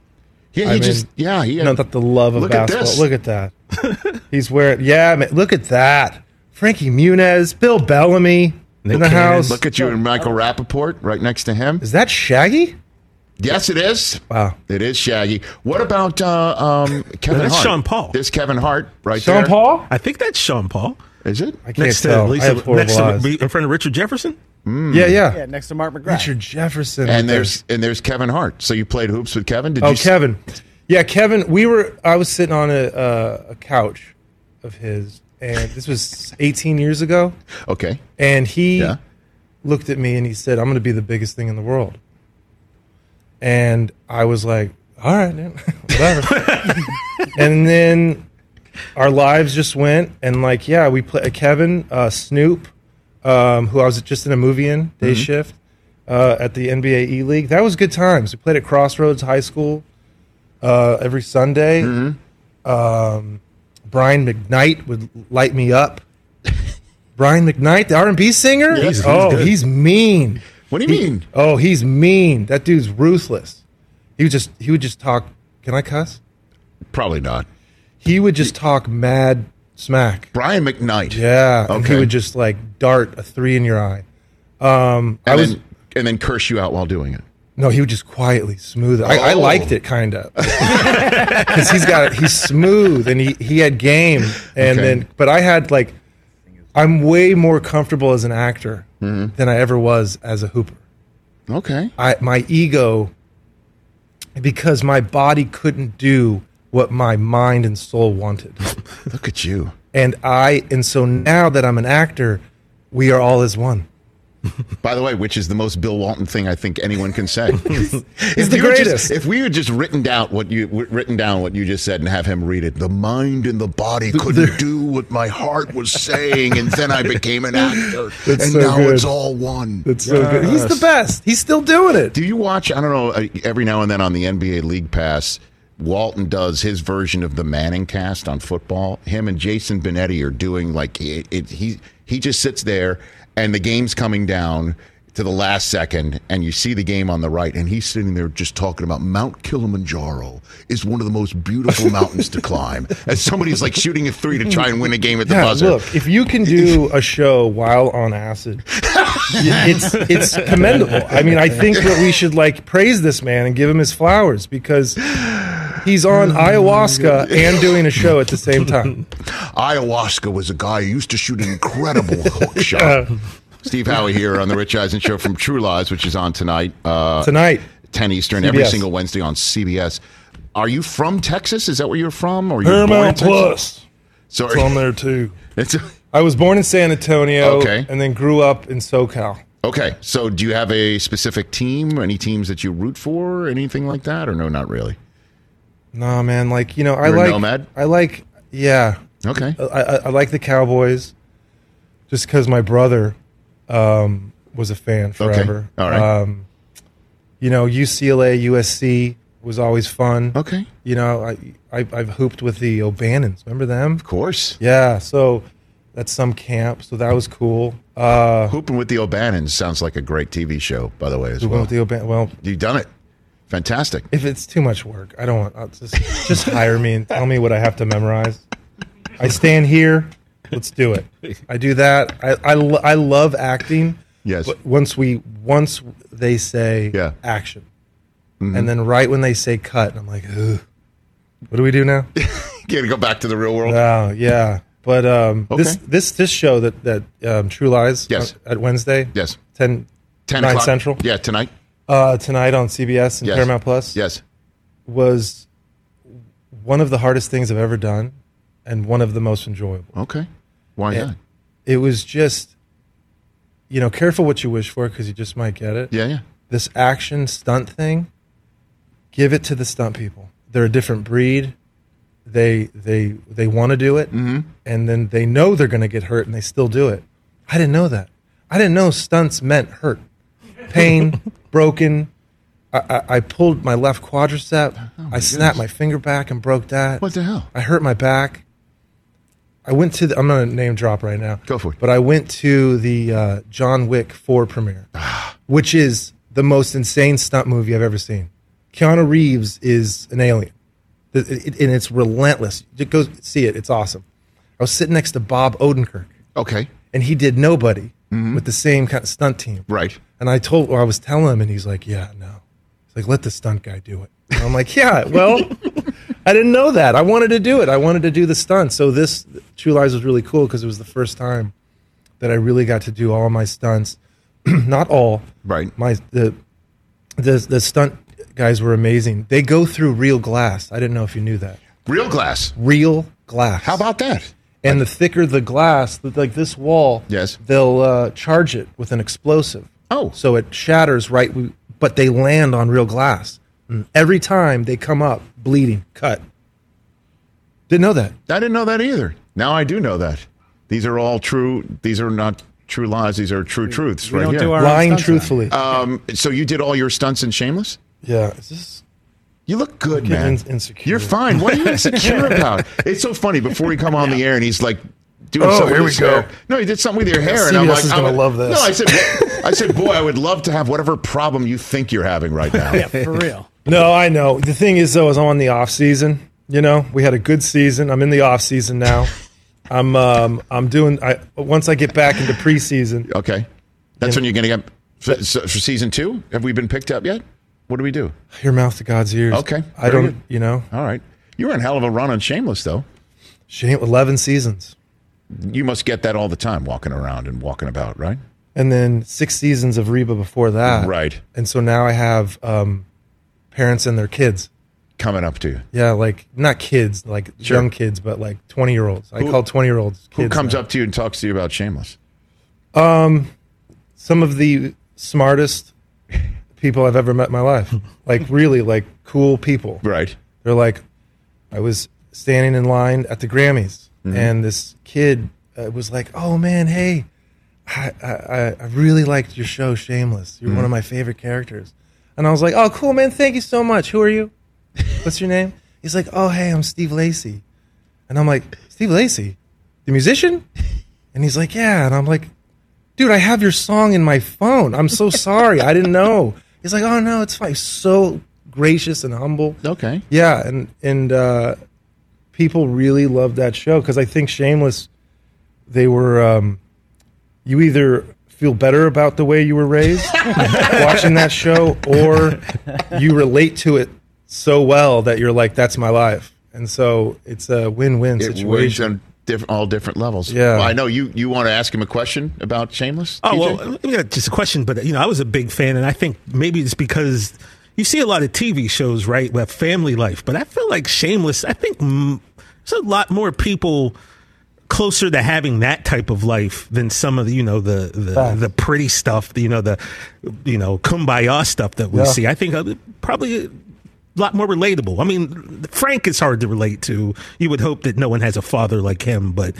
[SPEAKER 4] Yeah, he
[SPEAKER 7] I mean,
[SPEAKER 4] just yeah he
[SPEAKER 7] you
[SPEAKER 4] had,
[SPEAKER 7] know, that the love of
[SPEAKER 4] look at
[SPEAKER 7] basketball.
[SPEAKER 4] this.
[SPEAKER 7] Look at that. *laughs* He's wearing. Yeah, man, look at that. Frankie Muniz, Bill Bellamy in the house.
[SPEAKER 4] Look at you and Michael Rappaport right next to him.
[SPEAKER 7] Is that Shaggy?
[SPEAKER 4] Yes, it is.
[SPEAKER 7] Wow.
[SPEAKER 4] It is Shaggy. What about uh, um, Kevin
[SPEAKER 8] That's
[SPEAKER 4] Hart?
[SPEAKER 8] Sean Paul.
[SPEAKER 4] There's Kevin Hart right
[SPEAKER 7] Sean
[SPEAKER 4] there.
[SPEAKER 7] Paul?
[SPEAKER 8] I think that's Sean Paul.
[SPEAKER 4] Is it?
[SPEAKER 7] I can't
[SPEAKER 8] Next to
[SPEAKER 7] tell. I
[SPEAKER 8] Lisa,
[SPEAKER 7] have horrible
[SPEAKER 8] next to,
[SPEAKER 7] eyes.
[SPEAKER 8] in front of Richard Jefferson.
[SPEAKER 7] yeah, yeah,
[SPEAKER 2] Yeah, next to Mark McGrath.
[SPEAKER 7] Hmm. Richard Jefferson.
[SPEAKER 4] And there's and there's Kevin Hart. So you played hoops with Kevin? Did
[SPEAKER 7] oh
[SPEAKER 4] you s-
[SPEAKER 7] Kevin. Yeah, Kevin. We were. I was sitting on a uh, a couch of his, and this was 18 years ago.
[SPEAKER 4] Okay.
[SPEAKER 7] And he
[SPEAKER 4] Yeah.
[SPEAKER 7] looked at me and he said, I'm going to be the biggest thing in the world. And I was like, all right, man, *laughs* whatever. *laughs* and then our lives just went. And like, yeah, we play Kevin, uh, Snoop, um, who I was just in a movie in, Day
[SPEAKER 4] Mm-hmm.
[SPEAKER 7] Shift, uh, at the NBA E League. That was good times. We played at Crossroads High School uh, every Sunday.
[SPEAKER 4] Mm-hmm.
[SPEAKER 7] Um, Brian McKnight would light me up. *laughs* Brian McKnight, the R&B singer?
[SPEAKER 4] he's- he's
[SPEAKER 7] oh,
[SPEAKER 4] good.
[SPEAKER 7] he's mean.
[SPEAKER 4] What do you
[SPEAKER 7] He-
[SPEAKER 4] mean?
[SPEAKER 7] oh, he's mean. That dude's ruthless. He would just he would just talk. Can I cuss?
[SPEAKER 4] Probably not.
[SPEAKER 7] He would just talk mad smack.
[SPEAKER 4] Brian McKnight.
[SPEAKER 7] Yeah, and
[SPEAKER 4] Okay.
[SPEAKER 7] he would just like dart a three in your eye. Um, I
[SPEAKER 4] And
[SPEAKER 7] was
[SPEAKER 4] then and then curse you out while doing it.
[SPEAKER 7] no, he would just quietly smooth. It. I, I
[SPEAKER 4] Oh.
[SPEAKER 7] liked it kind *laughs* of because he's got he's smooth and he he had game and
[SPEAKER 4] Okay.
[SPEAKER 7] then but I had like I'm way more comfortable as an actor
[SPEAKER 4] Mm-hmm.
[SPEAKER 7] than I ever was as a hooper.
[SPEAKER 4] Okay.
[SPEAKER 7] I my ego because my body couldn't do what my mind and soul wanted.
[SPEAKER 4] Look at you.
[SPEAKER 7] and I and so now that I'm an actor, we are all as one.
[SPEAKER 4] By the way, which is the most Bill Walton thing I think anyone can say. *laughs* He's
[SPEAKER 7] the
[SPEAKER 4] Just,
[SPEAKER 7] greatest.
[SPEAKER 4] if we had just written down what you w- written down what you just said and have him read it, the mind and the body *laughs* couldn't do what my heart was saying, and then I became an actor, and
[SPEAKER 7] so
[SPEAKER 4] now
[SPEAKER 7] good.
[SPEAKER 4] it's all one.
[SPEAKER 7] It's so good. He's the best. He's still doing it.
[SPEAKER 4] Do you watch? I don't know. uh, Every now and then on the NBA League Pass, Walton does his version of the Manning cast on football. Him and Jason Benetti are doing like it, it, he he just sits there and the game's coming down to the last second, and you see the game on the right, and he's sitting there just talking about Mount Kilimanjaro is one of the most beautiful mountains to climb. As somebody's like shooting a three to try and win a game at the
[SPEAKER 7] Yeah,
[SPEAKER 4] buzzer.
[SPEAKER 7] look, if you can do a show while on *laughs* acid, it's it's commendable. I mean, I think that we should like praise this man and give him his flowers because he's on ayahuasca and doing a show at the same time.
[SPEAKER 4] Ayahuasca was a guy who used to shoot an
[SPEAKER 7] *laughs*
[SPEAKER 4] incredible hook shot. Steve Howie here on the Rich Eisen Show from True Lies, which is on tonight, uh,
[SPEAKER 7] Tonight,
[SPEAKER 4] 10 Eastern, every
[SPEAKER 7] CBS.
[SPEAKER 4] single Wednesday on CBS. Are you from Texas? Is that where you're from? Or you were born in
[SPEAKER 7] Paramount
[SPEAKER 4] Texas?
[SPEAKER 7] Plus. It's on
[SPEAKER 4] Sorry.
[SPEAKER 7] there too.
[SPEAKER 4] *laughs* It's-
[SPEAKER 7] I was born in San Antonio
[SPEAKER 4] Okay.
[SPEAKER 7] and then grew up in SoCal.
[SPEAKER 4] Okay, so do you have a specific team? Any teams that you root for? Anything like that? Or no, not really.
[SPEAKER 7] No, man. Like you know, I
[SPEAKER 4] You're a
[SPEAKER 7] like
[SPEAKER 4] nomad?
[SPEAKER 7] I like yeah.
[SPEAKER 4] Okay.
[SPEAKER 7] I, I, I like the Cowboys, just because my brother um, was a fan forever.
[SPEAKER 4] All right.
[SPEAKER 7] Um, you know, UCLA, USC was always fun.
[SPEAKER 4] Okay.
[SPEAKER 7] You know, I, I I've hooped with the O'Bannons. Remember them?
[SPEAKER 4] Of course.
[SPEAKER 7] Yeah. So that's some camp. So that was cool. Uh,
[SPEAKER 4] Hooping with the O'Bannons sounds like a great TV show, by the way, as
[SPEAKER 7] well,
[SPEAKER 4] well.
[SPEAKER 7] with the O'Ban- well,
[SPEAKER 4] You've done it. Fantastic.
[SPEAKER 7] if it's too much work, I don't want. I'll just just hire me and tell me what I have to memorize. I stand here. Let's do it. I do that. I I, lo- I love acting.
[SPEAKER 4] Yes.
[SPEAKER 7] But once we once they say
[SPEAKER 4] Yeah. Mm-hmm.
[SPEAKER 7] action, and then right when they say cut, I'm like, Ugh, what do we do now?
[SPEAKER 4] You gotta go back to the real world.
[SPEAKER 7] Oh yeah, but um, this
[SPEAKER 4] Okay.
[SPEAKER 7] this this show that that um, True Lies
[SPEAKER 4] Yes.
[SPEAKER 7] on- at Wednesday
[SPEAKER 4] Yes.
[SPEAKER 7] 10,
[SPEAKER 4] 10
[SPEAKER 7] 9
[SPEAKER 4] o'clock.
[SPEAKER 7] central
[SPEAKER 4] Yeah, tonight.
[SPEAKER 7] uh, tonight on CBS and
[SPEAKER 4] Yes.
[SPEAKER 7] Paramount Plus
[SPEAKER 4] Yes.
[SPEAKER 7] was one of the hardest things I've ever done and one of the most enjoyable.
[SPEAKER 4] Okay. Why
[SPEAKER 7] Yeah.
[SPEAKER 4] not?
[SPEAKER 7] It was just you know careful what you wish for because you just might get it.
[SPEAKER 4] Yeah, yeah.
[SPEAKER 7] This action stunt thing, give it to the stunt people. They're a different breed. They they they want to do it,
[SPEAKER 4] Mm-hmm.
[SPEAKER 7] and then they know they're going to get hurt, and they still do it. I didn't know that. I didn't know stunts meant hurt,
[SPEAKER 4] *laughs*
[SPEAKER 7] pain, broken. I, I, I pulled my left quadricep. I snapped my finger back and broke that.
[SPEAKER 4] Oh What the hell?
[SPEAKER 7] I hurt my back. I went to the, I'm going to name drop right now.
[SPEAKER 4] Go for it.
[SPEAKER 7] But I went to the uh, John Wick 4 premiere,
[SPEAKER 4] Ah.
[SPEAKER 7] which is the most insane stunt movie I've ever seen. Keanu Reeves is an alien, Th- it- it- and it's relentless. Just go see it. It's awesome. I was sitting next to Bob Odenkirk,
[SPEAKER 4] Okay.
[SPEAKER 7] and he did Nobody with the same kind of stunt team.
[SPEAKER 4] Mm-hmm. Right.
[SPEAKER 7] And I told, well, I was telling him, and he's like, "Yeah, no." He's like, "Let the stunt guy do it." And I'm
[SPEAKER 4] *laughs*
[SPEAKER 7] like, "Yeah, well, I didn't know that. I wanted to do it. I wanted to do the stunt." So this True Lies was really cool because it was the first time that I really got to do all my stunts. *clears throat* Not all,
[SPEAKER 4] Right.
[SPEAKER 7] My the the the stunt guys were amazing. They go through real glass. I didn't know if you knew that.
[SPEAKER 4] Real glass.
[SPEAKER 7] Real glass.
[SPEAKER 4] How about that?
[SPEAKER 7] And the thicker the glass, th- like this wall,
[SPEAKER 4] Yes.
[SPEAKER 7] they'll uh, charge it with an explosive.
[SPEAKER 4] Oh.
[SPEAKER 7] so it shatters right, w- but they land on real glass. And Every time they come up, bleeding, cut. Didn't know that.
[SPEAKER 4] I didn't know that either. Now I do know that. These are all true. These are not true lies. These are true truths
[SPEAKER 2] We
[SPEAKER 4] right
[SPEAKER 2] don't
[SPEAKER 4] here.
[SPEAKER 2] do our own
[SPEAKER 7] Lying
[SPEAKER 2] stunts on it.
[SPEAKER 7] truthfully.
[SPEAKER 4] um, so you did all your stunts in Shameless?
[SPEAKER 7] yeah, is this
[SPEAKER 4] You look good,
[SPEAKER 7] Look at
[SPEAKER 4] man.
[SPEAKER 7] ins- insecure.
[SPEAKER 4] You're fine. What are you
[SPEAKER 7] *laughs*
[SPEAKER 4] insecure about? It's so funny. Before we come on the air, and he's like doing
[SPEAKER 7] Oh,
[SPEAKER 4] something
[SPEAKER 7] here
[SPEAKER 4] with
[SPEAKER 7] we
[SPEAKER 4] his
[SPEAKER 7] go.
[SPEAKER 4] hair. No, he did something with your hair, and I'm
[SPEAKER 7] CBS
[SPEAKER 4] like,
[SPEAKER 7] is
[SPEAKER 4] I'm
[SPEAKER 7] gonna
[SPEAKER 4] like-
[SPEAKER 7] love this.
[SPEAKER 4] No, I said, I said, boy, I would love to have whatever problem you think you're having right now.
[SPEAKER 2] Yeah, for real.
[SPEAKER 7] No, I know. The thing is, though, is I'm on the off season. You know, we had a good season. I'm in the off
[SPEAKER 4] *laughs*
[SPEAKER 7] season now. I'm um, I'm doing. I once I get back into preseason,
[SPEAKER 4] Okay, that's when you're going to get for, so- for season two. Have we been picked up yet? What do we do?
[SPEAKER 7] your mouth to God's ears.
[SPEAKER 4] Okay,
[SPEAKER 7] I
[SPEAKER 4] very
[SPEAKER 7] don't.
[SPEAKER 4] good.
[SPEAKER 7] You know,
[SPEAKER 4] All right, you were in hell of a run on Shameless, though.
[SPEAKER 7] shame. Eleven seasons.
[SPEAKER 4] You must get that all the time, walking around and walking about, right?
[SPEAKER 7] and then six seasons of Reba before that.
[SPEAKER 4] Right.
[SPEAKER 7] And so now I have um, parents and their kids.
[SPEAKER 4] Coming up to you.
[SPEAKER 7] Yeah, like not kids, like
[SPEAKER 4] Sure.
[SPEAKER 7] young kids, but like twenty year olds. I
[SPEAKER 4] Who-
[SPEAKER 7] call twenty year olds
[SPEAKER 4] Who
[SPEAKER 7] kids.
[SPEAKER 4] comes
[SPEAKER 7] now.
[SPEAKER 4] up to you and talks to you about Shameless?
[SPEAKER 7] Some of the smartest people I've ever met in
[SPEAKER 4] *laughs*
[SPEAKER 7] my life. Like really, like cool people.
[SPEAKER 4] Right.
[SPEAKER 7] They're like, I was standing in line at the Grammys, and this kid uh, was like, "Oh man, hey, I, I, I- I really liked your show, Shameless. You're one of my favorite characters." And I was like, "Oh, cool, man. Thank you so much. Who are you? What's your name?" He's like, "Oh, hey, I'm Steve Lacey," and I'm like, "Steve Lacey, the musician?" And he's like, "Yeah," and I'm like, "Dude, I have your song in my phone. I'm so sorry. I didn't know." He's like, "Oh no, it's fine." He's so gracious and humble.
[SPEAKER 4] Okay.
[SPEAKER 7] Yeah, and and uh, people really loved that show because I think Shameless, they were. Um, you either feel better about the way you were raised *laughs* watching that show, or you relate to it so well that you're like, "That's my life," and so it's a win-win
[SPEAKER 4] It works
[SPEAKER 7] situation.
[SPEAKER 4] on diff- all different levels.
[SPEAKER 7] Yeah.
[SPEAKER 4] Well, I know you, you want to ask him a question about Shameless?
[SPEAKER 8] Oh
[SPEAKER 4] TJ?
[SPEAKER 8] well, yeah, just a question, but you know, I was a big fan, and I think maybe it's because you see a lot of TV shows, right, with family life, but I feel like Shameless. I think mm, there's a lot more people closer to having that type of life than some of the you know the the,
[SPEAKER 7] Facts.
[SPEAKER 8] the pretty stuff, you know the you know kumbaya stuff that we
[SPEAKER 7] Yeah.
[SPEAKER 8] see. I think uh, probably a lot more relatable. I mean, Frank is hard to relate to. You would hope that no one has a father like him, but.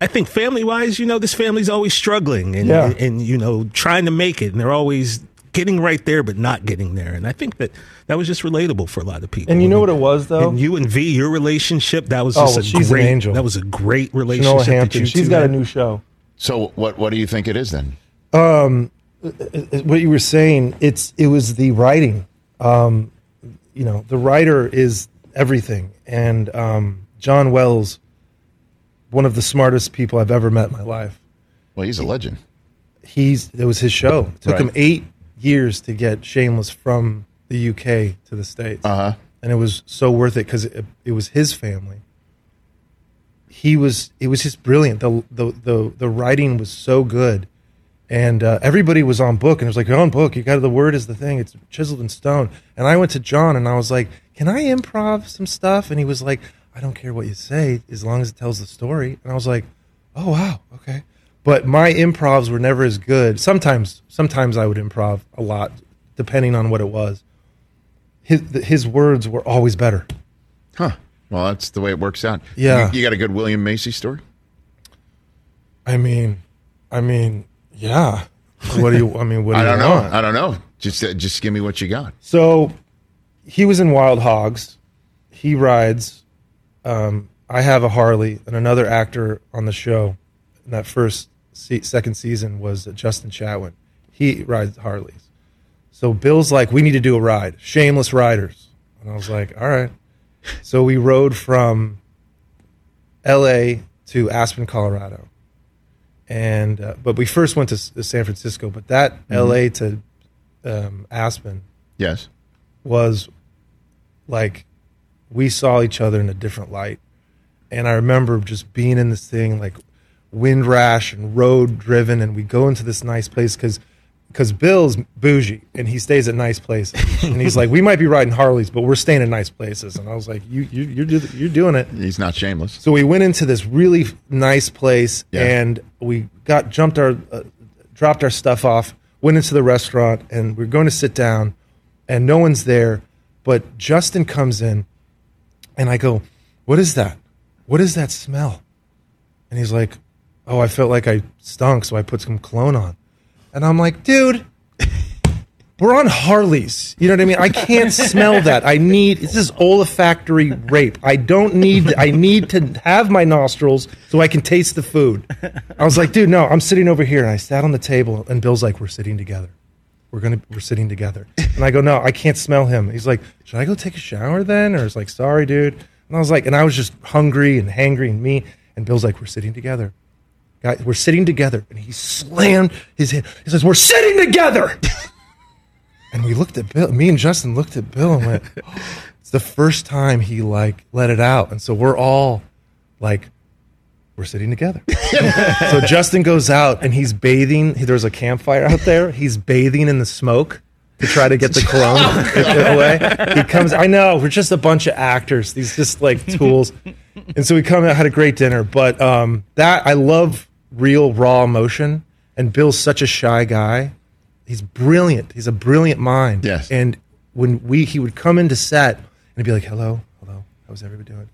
[SPEAKER 8] I think family wise, you know, this family's always struggling and,
[SPEAKER 7] Yeah.
[SPEAKER 8] and, you know, trying to make it. And they're always getting right there, but not getting there. And I think that that was just relatable for a lot of people.
[SPEAKER 7] And you know
[SPEAKER 8] I mean,
[SPEAKER 7] what it was, though?
[SPEAKER 8] And you and V, your relationship, that was
[SPEAKER 7] Oh,
[SPEAKER 8] just
[SPEAKER 7] well,
[SPEAKER 8] a
[SPEAKER 7] she's an
[SPEAKER 8] great,
[SPEAKER 7] angel.
[SPEAKER 8] that was a great relationship.
[SPEAKER 7] Noah
[SPEAKER 8] that you
[SPEAKER 7] Hampton. She's
[SPEAKER 8] two
[SPEAKER 7] got a
[SPEAKER 8] had.
[SPEAKER 7] new show.
[SPEAKER 4] So what what do you think it is then?
[SPEAKER 7] what you were saying it's it was the writing um you know the writer is everything and um john wells one of the smartest people i've ever met in my life
[SPEAKER 4] Well, he's a legend.
[SPEAKER 7] he's it was his show it took
[SPEAKER 4] Right.
[SPEAKER 7] him eight years to get shameless from the uk to the states
[SPEAKER 4] Uh-huh.
[SPEAKER 7] and it was so worth it because it, it was his family he was it was just brilliant the the the, the writing was so good and uh, everybody was on book and it was like you're on book you got the word is the thing it's chiseled in stone and i went to john and i was like can i improv some stuff and he was like i don't care what you say as long as it tells the story and i was like oh wow okay but my improvs were never as good sometimes sometimes i would improv a lot depending on what it was his his words were always better
[SPEAKER 4] Huh. Well, that's the way it works out.
[SPEAKER 7] Yeah.
[SPEAKER 4] You, you got a good William Macy story?
[SPEAKER 7] i mean i mean yeah what do you i mean what do
[SPEAKER 4] I
[SPEAKER 7] you
[SPEAKER 4] don't know.
[SPEAKER 7] want?
[SPEAKER 4] I don't know. Just uh, just give me what you got.
[SPEAKER 7] So he was in Wild Hogs. He rides. Um, I have a Harley, and another actor on the show in that first se- second season was uh, Justin Chatwin. He rides Harleys. So Bill's like, we need to do a ride. Shameless riders. And I was like, all right. So we rode from L.A. to Aspen, Colorado, and uh, but we first went to S- San Francisco. But that L.A. to um, Aspen
[SPEAKER 4] Yes.
[SPEAKER 7] was like we saw each other in a different light. And I remember just being in this thing like wind rash and road driven and we go into this nice place cuz cuz Bill's bougie and he stays at nice places. and he's like we might be riding Harleys but we're staying at nice places and I was like you you you're do- you're doing it.
[SPEAKER 4] He's not shameless.
[SPEAKER 7] So we went into this really nice place,
[SPEAKER 4] Yeah.
[SPEAKER 7] and we got jumped our, uh, dropped our stuff off, went into the restaurant, and we're going to sit down, and no one's there, but Justin comes in, and I go, "What is that? What is that smell?" And he's like, "Oh, I felt like I stunk, so I put some cologne on," and I'm like, "Dude." We're on Harleys. You know what I mean? I can't smell that. I need this is olfactory rape. I don't need I need to have my nostrils so I can taste the food. I was like, dude, no, I'm sitting over here and I sat on the table and Bill's like, We're sitting together. We're gonna we're sitting together. And I go, No, I can't smell him. He's like, Should I go take a shower then? Or it's like, sorry, dude. And I was like, and I was just hungry and hangry and me. And Bill's like, We're sitting together. Guy, we're sitting together. And he slammed his head. He says, We're sitting together. And we looked at Bill. Me and Justin looked at Bill and went, "It's the first time he like let it out." And so we're all like, we're sitting together. so Justin goes out and he's bathing. He, there's a campfire out there. He's bathing in the smoke to try to get the cologne *laughs* away. He comes. I know we're just a bunch of actors. These just like tools. And so we come out, had a great dinner. But um, that I love real raw emotion. And Bill's such a shy guy. He's brilliant. He's a brilliant mind.
[SPEAKER 4] Yes.
[SPEAKER 7] And when we he would come into set and he'd be like, "Hello, hello, how's everybody doing?"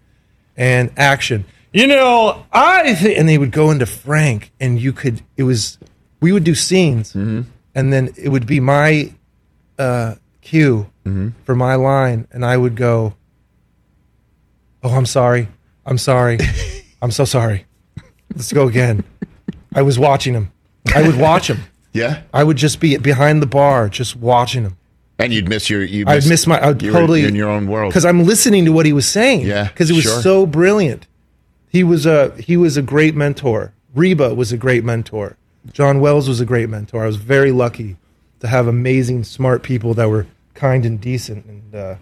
[SPEAKER 7] and action. You know, I think, and they would go into Frank, and you could. It was we would do scenes, and then it would be my uh, cue for my line, and I would go, "Oh, I'm sorry, I'm sorry, I'm so sorry. Let's go again." I was watching him. I would watch him.
[SPEAKER 4] Yeah.
[SPEAKER 7] I would just be behind the bar, just watching him.
[SPEAKER 4] And you'd miss your you.
[SPEAKER 7] I'd miss my. I'd
[SPEAKER 4] you were
[SPEAKER 7] totally
[SPEAKER 4] in your own world.
[SPEAKER 7] because I'm listening to what he was saying.
[SPEAKER 4] Yeah,
[SPEAKER 7] because it was
[SPEAKER 4] sure.
[SPEAKER 7] so brilliant. He was a he was a great mentor. Reba was a great mentor. John Wells was a great mentor. I was very lucky to have amazing, smart people that were kind and decent, and uh,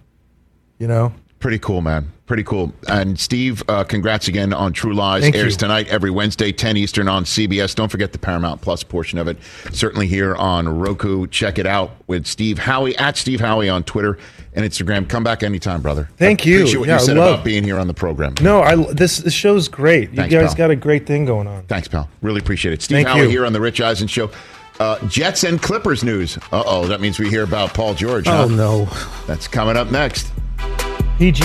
[SPEAKER 7] you know,
[SPEAKER 4] Pretty cool, man. Pretty cool. And Steve, uh, congrats again on True Lies.
[SPEAKER 7] Thank
[SPEAKER 4] Airs
[SPEAKER 7] you.
[SPEAKER 4] tonight, every Wednesday, 10 Eastern on CBS. Don't forget the Paramount Plus portion of it. Certainly here on Roku. Check it out with Steve Howie, at Steve Howie on Twitter and Instagram. Come back anytime, brother.
[SPEAKER 7] Thank
[SPEAKER 4] I
[SPEAKER 7] you.
[SPEAKER 4] Appreciate what
[SPEAKER 7] Yeah, I
[SPEAKER 4] you said
[SPEAKER 7] love-
[SPEAKER 4] about being here on the program.
[SPEAKER 7] No, I this this show's great. You
[SPEAKER 4] Thanks,
[SPEAKER 7] guys
[SPEAKER 4] pal.
[SPEAKER 7] got a great thing going on.
[SPEAKER 4] Thanks, pal. Really appreciate it. Steve
[SPEAKER 7] Thank
[SPEAKER 4] Howie
[SPEAKER 7] you.
[SPEAKER 4] here on The Rich Eisen Show. Uh, Jets and Clippers news. Uh oh, that means we hear about Paul George. huh?
[SPEAKER 8] Oh no.
[SPEAKER 4] That's coming up next.
[SPEAKER 7] PG.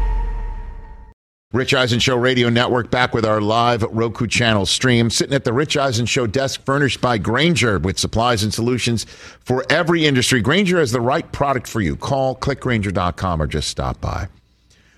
[SPEAKER 4] Rich Eisen Show Radio Network back with our live Roku channel stream. Sitting at the Rich Eisen Show desk, furnished by Granger with supplies and solutions for every industry. Granger has the right product for you. Call clickgranger.com or just stop by.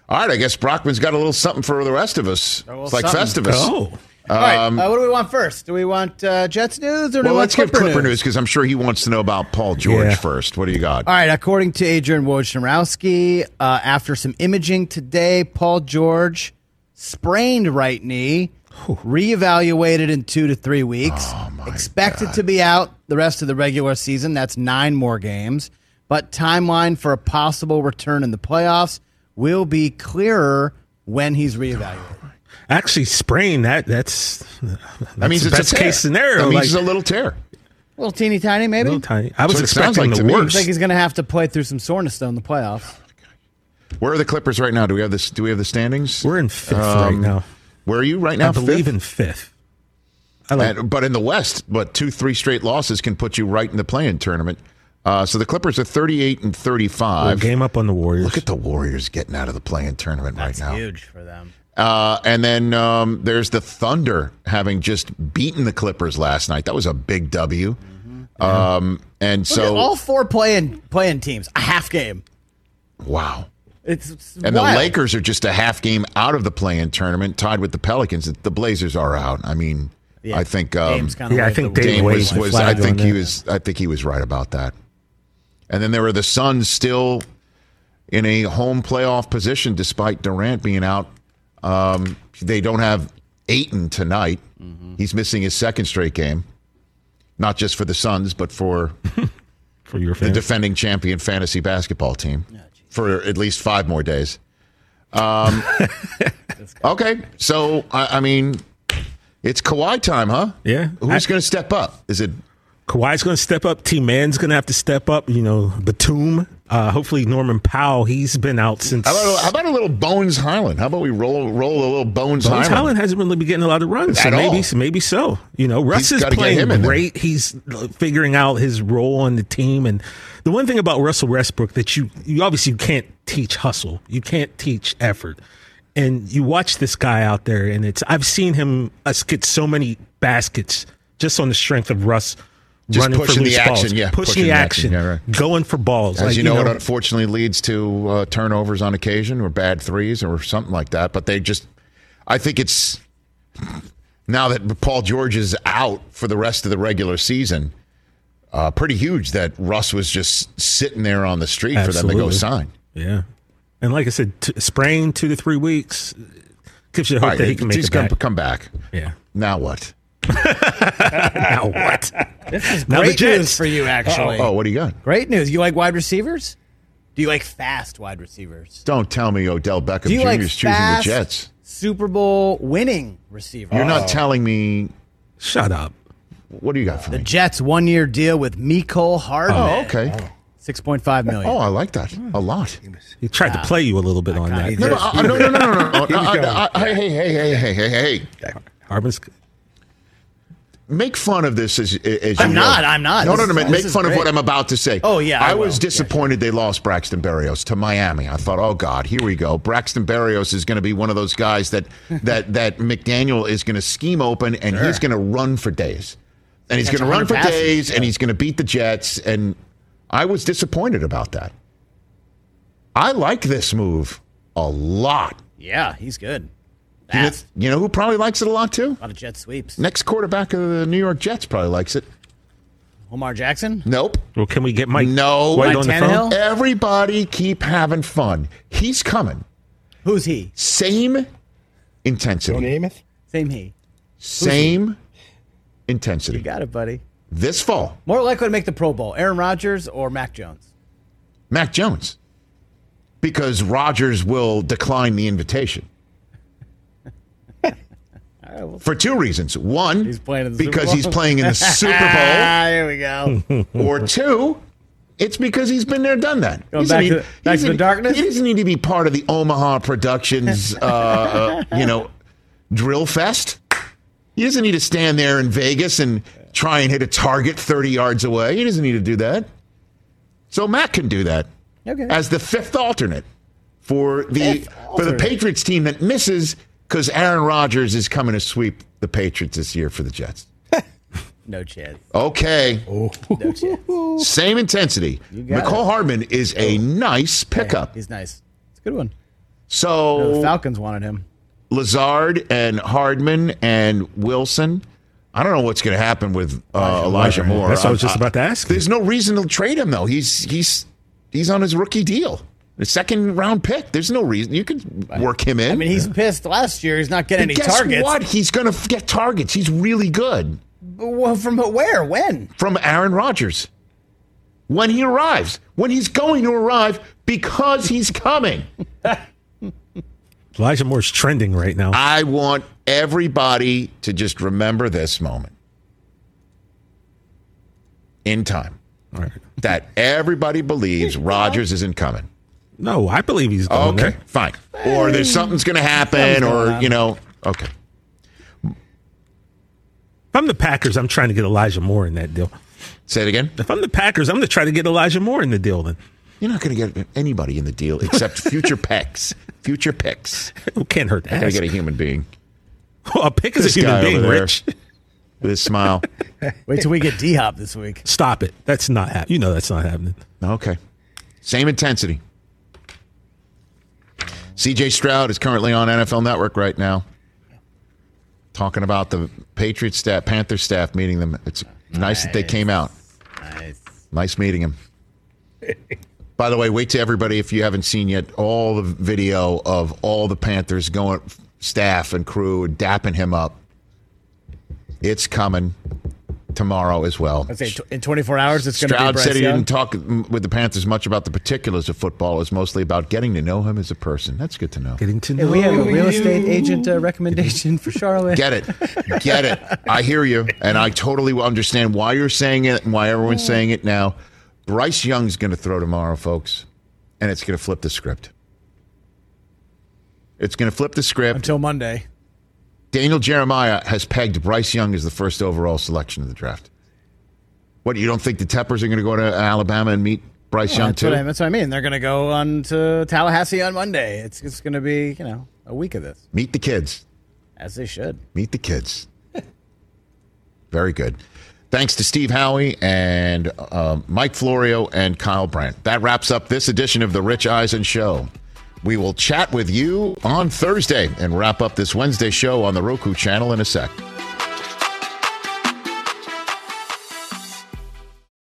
[SPEAKER 4] All right, I guess Brockman's got a little something for the rest of us.
[SPEAKER 2] little
[SPEAKER 4] It's like
[SPEAKER 2] something.
[SPEAKER 4] Festivus.
[SPEAKER 8] Oh.
[SPEAKER 2] All right.
[SPEAKER 9] um,
[SPEAKER 2] uh, what do we want first? Do we want uh, Jets news or do
[SPEAKER 4] Well,
[SPEAKER 2] we want
[SPEAKER 4] let's give
[SPEAKER 2] Clipper
[SPEAKER 4] Clipper news because I'm sure he wants to know about Paul George
[SPEAKER 8] Yeah.
[SPEAKER 4] first. What do you got?
[SPEAKER 2] All right. According to Adrian Wojnarowski, uh, after some imaging today, Paul George sprained right knee, reevaluated in two to three weeks,
[SPEAKER 9] Oh,
[SPEAKER 2] expected to be out the rest of the regular season. That's nine more games, but timeline for a possible return in the playoffs will be clearer when he's reevaluated.
[SPEAKER 8] Actually sprain that that's
[SPEAKER 4] That means it's a
[SPEAKER 8] that's best
[SPEAKER 4] tear.
[SPEAKER 8] case scenario.
[SPEAKER 4] That means
[SPEAKER 8] like,
[SPEAKER 4] it's a little tear.
[SPEAKER 2] little teeny tiny, maybe.
[SPEAKER 8] little tiny. I was
[SPEAKER 4] what it sounds
[SPEAKER 8] expecting
[SPEAKER 4] like to
[SPEAKER 8] the
[SPEAKER 4] me.
[SPEAKER 2] I
[SPEAKER 8] worst.
[SPEAKER 2] think he's going to have to play through some soreness though in the playoffs.
[SPEAKER 4] Where are the Clippers right now? Do we have this? Do we have the standings?
[SPEAKER 8] We're in fifth right
[SPEAKER 4] Um,
[SPEAKER 8] now.
[SPEAKER 4] Where are you right now?
[SPEAKER 8] I believe
[SPEAKER 4] Fifth?
[SPEAKER 8] in fifth. I like
[SPEAKER 4] And- but in the West, but two, three straight losses can put you right in the play-in tournament. Uh, so the Clippers are 38 and
[SPEAKER 8] a
[SPEAKER 4] 35.
[SPEAKER 8] game up on the Warriors.
[SPEAKER 4] Look at the Warriors getting out of the play-in tournament right now.
[SPEAKER 2] Huge for them.
[SPEAKER 4] Uh, and then um, there's the Thunder having just beaten the Clippers last night. That was a big W. Um, and
[SPEAKER 2] Mm-hmm. Look at
[SPEAKER 4] so,
[SPEAKER 2] all four playing playing teams, a half game.
[SPEAKER 4] wow.
[SPEAKER 2] It's, it's
[SPEAKER 4] And
[SPEAKER 2] wild.
[SPEAKER 4] the Lakers are just a half game out of the play-in tournament, tied with the Pelicans. The Blazers are out. I mean, I think um,
[SPEAKER 2] Dame's kinda
[SPEAKER 8] Yeah, I
[SPEAKER 2] led
[SPEAKER 8] think
[SPEAKER 2] the
[SPEAKER 8] Dame
[SPEAKER 2] league.
[SPEAKER 4] Dame
[SPEAKER 8] Wade
[SPEAKER 4] was,
[SPEAKER 8] was
[SPEAKER 4] was I
[SPEAKER 8] flagged
[SPEAKER 4] think
[SPEAKER 8] on
[SPEAKER 4] he
[SPEAKER 8] that.
[SPEAKER 4] was I think he was right about that. And then there were the Suns still in a home playoff position despite Durant being out. Um, they don't have Aiton tonight.
[SPEAKER 2] Mm-hmm.
[SPEAKER 4] He's missing his second straight game. Not just for the Suns, but for
[SPEAKER 8] for your
[SPEAKER 4] the
[SPEAKER 8] fans.
[SPEAKER 4] defending champion fantasy basketball team for at least five more days. Um, okay, so I, I mean, it's Kawhi time, huh?
[SPEAKER 8] Yeah.
[SPEAKER 4] Who's
[SPEAKER 8] I-
[SPEAKER 4] going to step up? Is it
[SPEAKER 8] Kawhi's going to step up. T Man's going to have to step up. You know, Batum. Uh, hopefully, Norman Powell. He's been out since.
[SPEAKER 4] How about, how about a little Bones Highland? How about we roll roll a little Bones,
[SPEAKER 8] Bones
[SPEAKER 4] Highland?
[SPEAKER 8] Highland hasn't really been getting a lot of runs. So
[SPEAKER 4] At all.
[SPEAKER 8] maybe, maybe so. You know, Russ
[SPEAKER 4] He's
[SPEAKER 8] is
[SPEAKER 4] gotta get him
[SPEAKER 8] playing
[SPEAKER 4] in there.
[SPEAKER 8] great. He's figuring out his role on the team. And the one thing about Russell Westbrook that you, you obviously can't teach hustle. You can't teach effort. And you watch this guy out there, and it's I've seen him us get so many baskets just on the strength of Russ.
[SPEAKER 4] Just
[SPEAKER 8] running for
[SPEAKER 4] pushing the
[SPEAKER 8] loose
[SPEAKER 4] action,
[SPEAKER 8] balls,
[SPEAKER 4] yeah,
[SPEAKER 8] pushing, the action,
[SPEAKER 4] yeah, right.
[SPEAKER 8] going for balls.
[SPEAKER 4] As
[SPEAKER 8] like,
[SPEAKER 4] you know, uh, it unfortunately leads to uh, turnovers on occasion, or bad threes, or something like that. But they just, I think it's now that Paul George is out for the rest of the regular season, uh, pretty huge that Russ was just sitting there on the street for them to go
[SPEAKER 8] Absolutely.
[SPEAKER 4] sign.
[SPEAKER 8] Yeah, and like I said, t- sprain two to three weeks gives you hope
[SPEAKER 4] All right,
[SPEAKER 8] that he can make
[SPEAKER 4] he's
[SPEAKER 8] it
[SPEAKER 4] going
[SPEAKER 8] back.
[SPEAKER 4] to come back.
[SPEAKER 8] yeah.
[SPEAKER 4] Now what?
[SPEAKER 8] Now
[SPEAKER 4] *laughs*
[SPEAKER 8] what? now the
[SPEAKER 2] Great news
[SPEAKER 8] Jets.
[SPEAKER 2] for you, actually.
[SPEAKER 4] Oh, what do you got?
[SPEAKER 2] Great news. You like wide receivers? Do you like fast wide receivers?
[SPEAKER 4] Don't tell me Odell Beckham
[SPEAKER 2] Do you
[SPEAKER 4] Jr.
[SPEAKER 2] like
[SPEAKER 4] is choosing the
[SPEAKER 2] fast
[SPEAKER 4] Jets.
[SPEAKER 2] Super Bowl winning receiver?
[SPEAKER 4] You're
[SPEAKER 8] Oh.
[SPEAKER 4] not telling me.
[SPEAKER 8] Shut up.
[SPEAKER 4] What do you got for me?
[SPEAKER 2] Jets one year deal with Miko Hardman.
[SPEAKER 4] Oh, okay.
[SPEAKER 2] Six point five million.
[SPEAKER 4] Oh, I like that a lot.
[SPEAKER 8] He tried
[SPEAKER 4] Ah.
[SPEAKER 8] to play you a little bit on that. uh,
[SPEAKER 4] No, no, I- uh, no, no, no, no,
[SPEAKER 2] *laughs*
[SPEAKER 4] no. no. I- I- I- Hey, hey, hey, hey, hey, hey, hey.
[SPEAKER 8] Harbin's.
[SPEAKER 4] Make fun of this as, as
[SPEAKER 2] I'm
[SPEAKER 4] you
[SPEAKER 2] not,
[SPEAKER 4] Will.
[SPEAKER 2] I'm not.
[SPEAKER 4] No,
[SPEAKER 2] This
[SPEAKER 4] no, no.
[SPEAKER 2] is-
[SPEAKER 4] Make
[SPEAKER 2] this
[SPEAKER 4] make
[SPEAKER 2] is
[SPEAKER 4] fun of
[SPEAKER 2] great.
[SPEAKER 4] what I'm about to say.
[SPEAKER 2] Oh, yeah,
[SPEAKER 4] I,
[SPEAKER 2] I
[SPEAKER 4] was
[SPEAKER 2] will.
[SPEAKER 4] disappointed they lost Braxton Berrios to Miami. I thought, oh God, here we go. Braxton Berrios is going to be one of those
[SPEAKER 2] *laughs*
[SPEAKER 4] guys that that that McDaniel is going to scheme open and he's going to run for days, and he's
[SPEAKER 2] Catch
[SPEAKER 4] going to run
[SPEAKER 2] 100
[SPEAKER 4] for
[SPEAKER 2] passes.
[SPEAKER 4] days, and he's going to beat the Jets. And I was disappointed about that. I like this move a lot.
[SPEAKER 2] Yeah, he's good.
[SPEAKER 4] You know, you know who probably likes it a lot
[SPEAKER 2] A
[SPEAKER 4] too?
[SPEAKER 2] lot of jet sweeps.
[SPEAKER 4] Next quarterback of the New York Jets probably likes it.
[SPEAKER 2] Omar Jackson.
[SPEAKER 4] Nope.
[SPEAKER 8] Well, can we get Mike?
[SPEAKER 4] No.
[SPEAKER 8] White on the phone.
[SPEAKER 4] Everybody keep having fun. He's coming.
[SPEAKER 2] Who's he?
[SPEAKER 4] Same intensity.
[SPEAKER 2] Same he.
[SPEAKER 4] Same intensity.
[SPEAKER 2] You got it, buddy.
[SPEAKER 4] This fall,
[SPEAKER 2] More likely to make the Pro Bowl, Aaron Rodgers or Mac Jones.
[SPEAKER 4] Mac Jones. Because Rodgers will decline
[SPEAKER 2] *laughs*
[SPEAKER 4] the invitation. For two reasons. One, he's
[SPEAKER 2] playing in the Super
[SPEAKER 4] because
[SPEAKER 2] Bowl.
[SPEAKER 4] he's
[SPEAKER 2] *laughs*
[SPEAKER 4] playing in the Super Bowl.
[SPEAKER 2] Ah, here we
[SPEAKER 4] *laughs*
[SPEAKER 2] go. *laughs*
[SPEAKER 4] or two, it's because he's e- been there, done that.
[SPEAKER 2] Going
[SPEAKER 4] He doesn't
[SPEAKER 2] Oh, back to-
[SPEAKER 4] need-
[SPEAKER 2] back
[SPEAKER 4] he
[SPEAKER 2] to the
[SPEAKER 4] doesn't-
[SPEAKER 2] darkness?
[SPEAKER 4] He doesn't need to be part of the
[SPEAKER 2] *laughs*
[SPEAKER 4] Omaha Productions, uh, uh, you know, drill fest. He doesn't need to stand there in Vegas and try and hit a target thirty yards away. He doesn't need to do that. So Matt can do that
[SPEAKER 2] Okay.
[SPEAKER 4] as the fifth alternate for the
[SPEAKER 2] Fifth
[SPEAKER 4] for the
[SPEAKER 2] alternate.
[SPEAKER 4] Patriots team that misses because Aaron Rodgers is coming to sweep the Patriots this year for the Jets.
[SPEAKER 2] No chance.
[SPEAKER 4] Okay.
[SPEAKER 2] No chance.
[SPEAKER 4] *laughs* Same intensity.
[SPEAKER 2] got
[SPEAKER 4] Nicole
[SPEAKER 2] it.
[SPEAKER 4] Hardman is a nice pickup.
[SPEAKER 2] He's nice. It's a good one. The
[SPEAKER 4] So
[SPEAKER 2] Falcons wanted him.
[SPEAKER 4] Lazard and Hardman and Wilson. I don't know what's going to happen with uh, Elijah Moore.
[SPEAKER 8] That's what I was
[SPEAKER 4] I'm-
[SPEAKER 8] just about to ask.
[SPEAKER 4] There's no reason to trade him though. He's he's he's on his rookie deal, the second round pick. There's no reason you could work him in.
[SPEAKER 2] I mean, he's pissed last year. He's not getting
[SPEAKER 4] And
[SPEAKER 2] any
[SPEAKER 4] guess
[SPEAKER 2] targets.
[SPEAKER 4] what? He's going to get targets. He's really good.
[SPEAKER 2] But wh- From where? When?
[SPEAKER 4] from Aaron Rodgers when he arrives, when he's going to arrive because he's coming.
[SPEAKER 8] Elijah Moore's trending right now.
[SPEAKER 4] I want everybody to just remember this moment in time
[SPEAKER 8] All right.
[SPEAKER 4] that everybody believes Rodgers isn't coming.
[SPEAKER 8] No, I believe he's going
[SPEAKER 4] Okay,
[SPEAKER 8] there.
[SPEAKER 4] fine. Or there's something's going to happen,
[SPEAKER 2] Something's going
[SPEAKER 4] or,
[SPEAKER 2] on.
[SPEAKER 4] you know, okay.
[SPEAKER 8] If I'm the Packers, I'm trying to get Elijah Moore in that deal.
[SPEAKER 4] Say it again.
[SPEAKER 8] If I'm the Packers, I'm going to try to get Elijah Moore in the deal then.
[SPEAKER 4] You're not going to get anybody in the deal except future picks. Future picks.
[SPEAKER 8] Who can't hurt
[SPEAKER 4] I got to
[SPEAKER 8] that?
[SPEAKER 4] get a human being.
[SPEAKER 8] a pick is
[SPEAKER 4] This
[SPEAKER 8] a human
[SPEAKER 4] guy
[SPEAKER 8] being,
[SPEAKER 4] over there
[SPEAKER 8] Rich.
[SPEAKER 4] *laughs* with his smile.
[SPEAKER 2] Wait till we get D Hop this week.
[SPEAKER 8] Stop it. That's not happening. You know that's not happening.
[SPEAKER 4] Okay. Same intensity. CJ Stroud is currently on NFL Network right now, talking about the Patriots staff, Panther staff meeting them. It's nice, that they came out.
[SPEAKER 2] Nice.
[SPEAKER 4] *laughs* Nice meeting him. By the way, wait to everybody if you haven't seen yet all the video of all the Panthers going staff and crew and dapping him up. It's coming tomorrow as well.
[SPEAKER 2] I'd say tw in 24 hours, it's going to be
[SPEAKER 4] Stroud
[SPEAKER 2] Bryce
[SPEAKER 4] said he
[SPEAKER 2] Young.
[SPEAKER 4] didn't talk m- with the Panthers much about the particulars of football. It was mostly about getting to know him as a person. That's good to know.
[SPEAKER 8] Getting to know
[SPEAKER 2] Hey, we have a
[SPEAKER 8] you.
[SPEAKER 2] real estate agent uh, recommendation for Charlotte.
[SPEAKER 4] Get it. Get it.
[SPEAKER 2] *laughs*
[SPEAKER 4] I hear you. And I totally understand why you're saying it and why
[SPEAKER 2] Mm.
[SPEAKER 4] everyone's saying it now. Bryce Young's going to throw tomorrow, folks. And it's going to flip the script. It's going to flip the script.
[SPEAKER 2] Until Monday.
[SPEAKER 4] Daniel Jeremiah has pegged Bryce Young as the first overall selection of the draft. What, you don't think the Teppers are going to go to Alabama and meet Bryce Young,
[SPEAKER 2] that's,
[SPEAKER 4] too?
[SPEAKER 2] what I, that's what I mean. They're going to go on to Tallahassee on Monday. It's, it's going to be, you know, a week of this,
[SPEAKER 4] meet the kids.
[SPEAKER 2] as they should.
[SPEAKER 4] Meet the kids. Very good. Thanks to Steve Howie and uh, Mike Florio and Kyle Brandt. That wraps up this edition of The Rich Eisen Show. We will chat with you on Thursday and wrap up this Wednesday show on the Roku channel in a sec.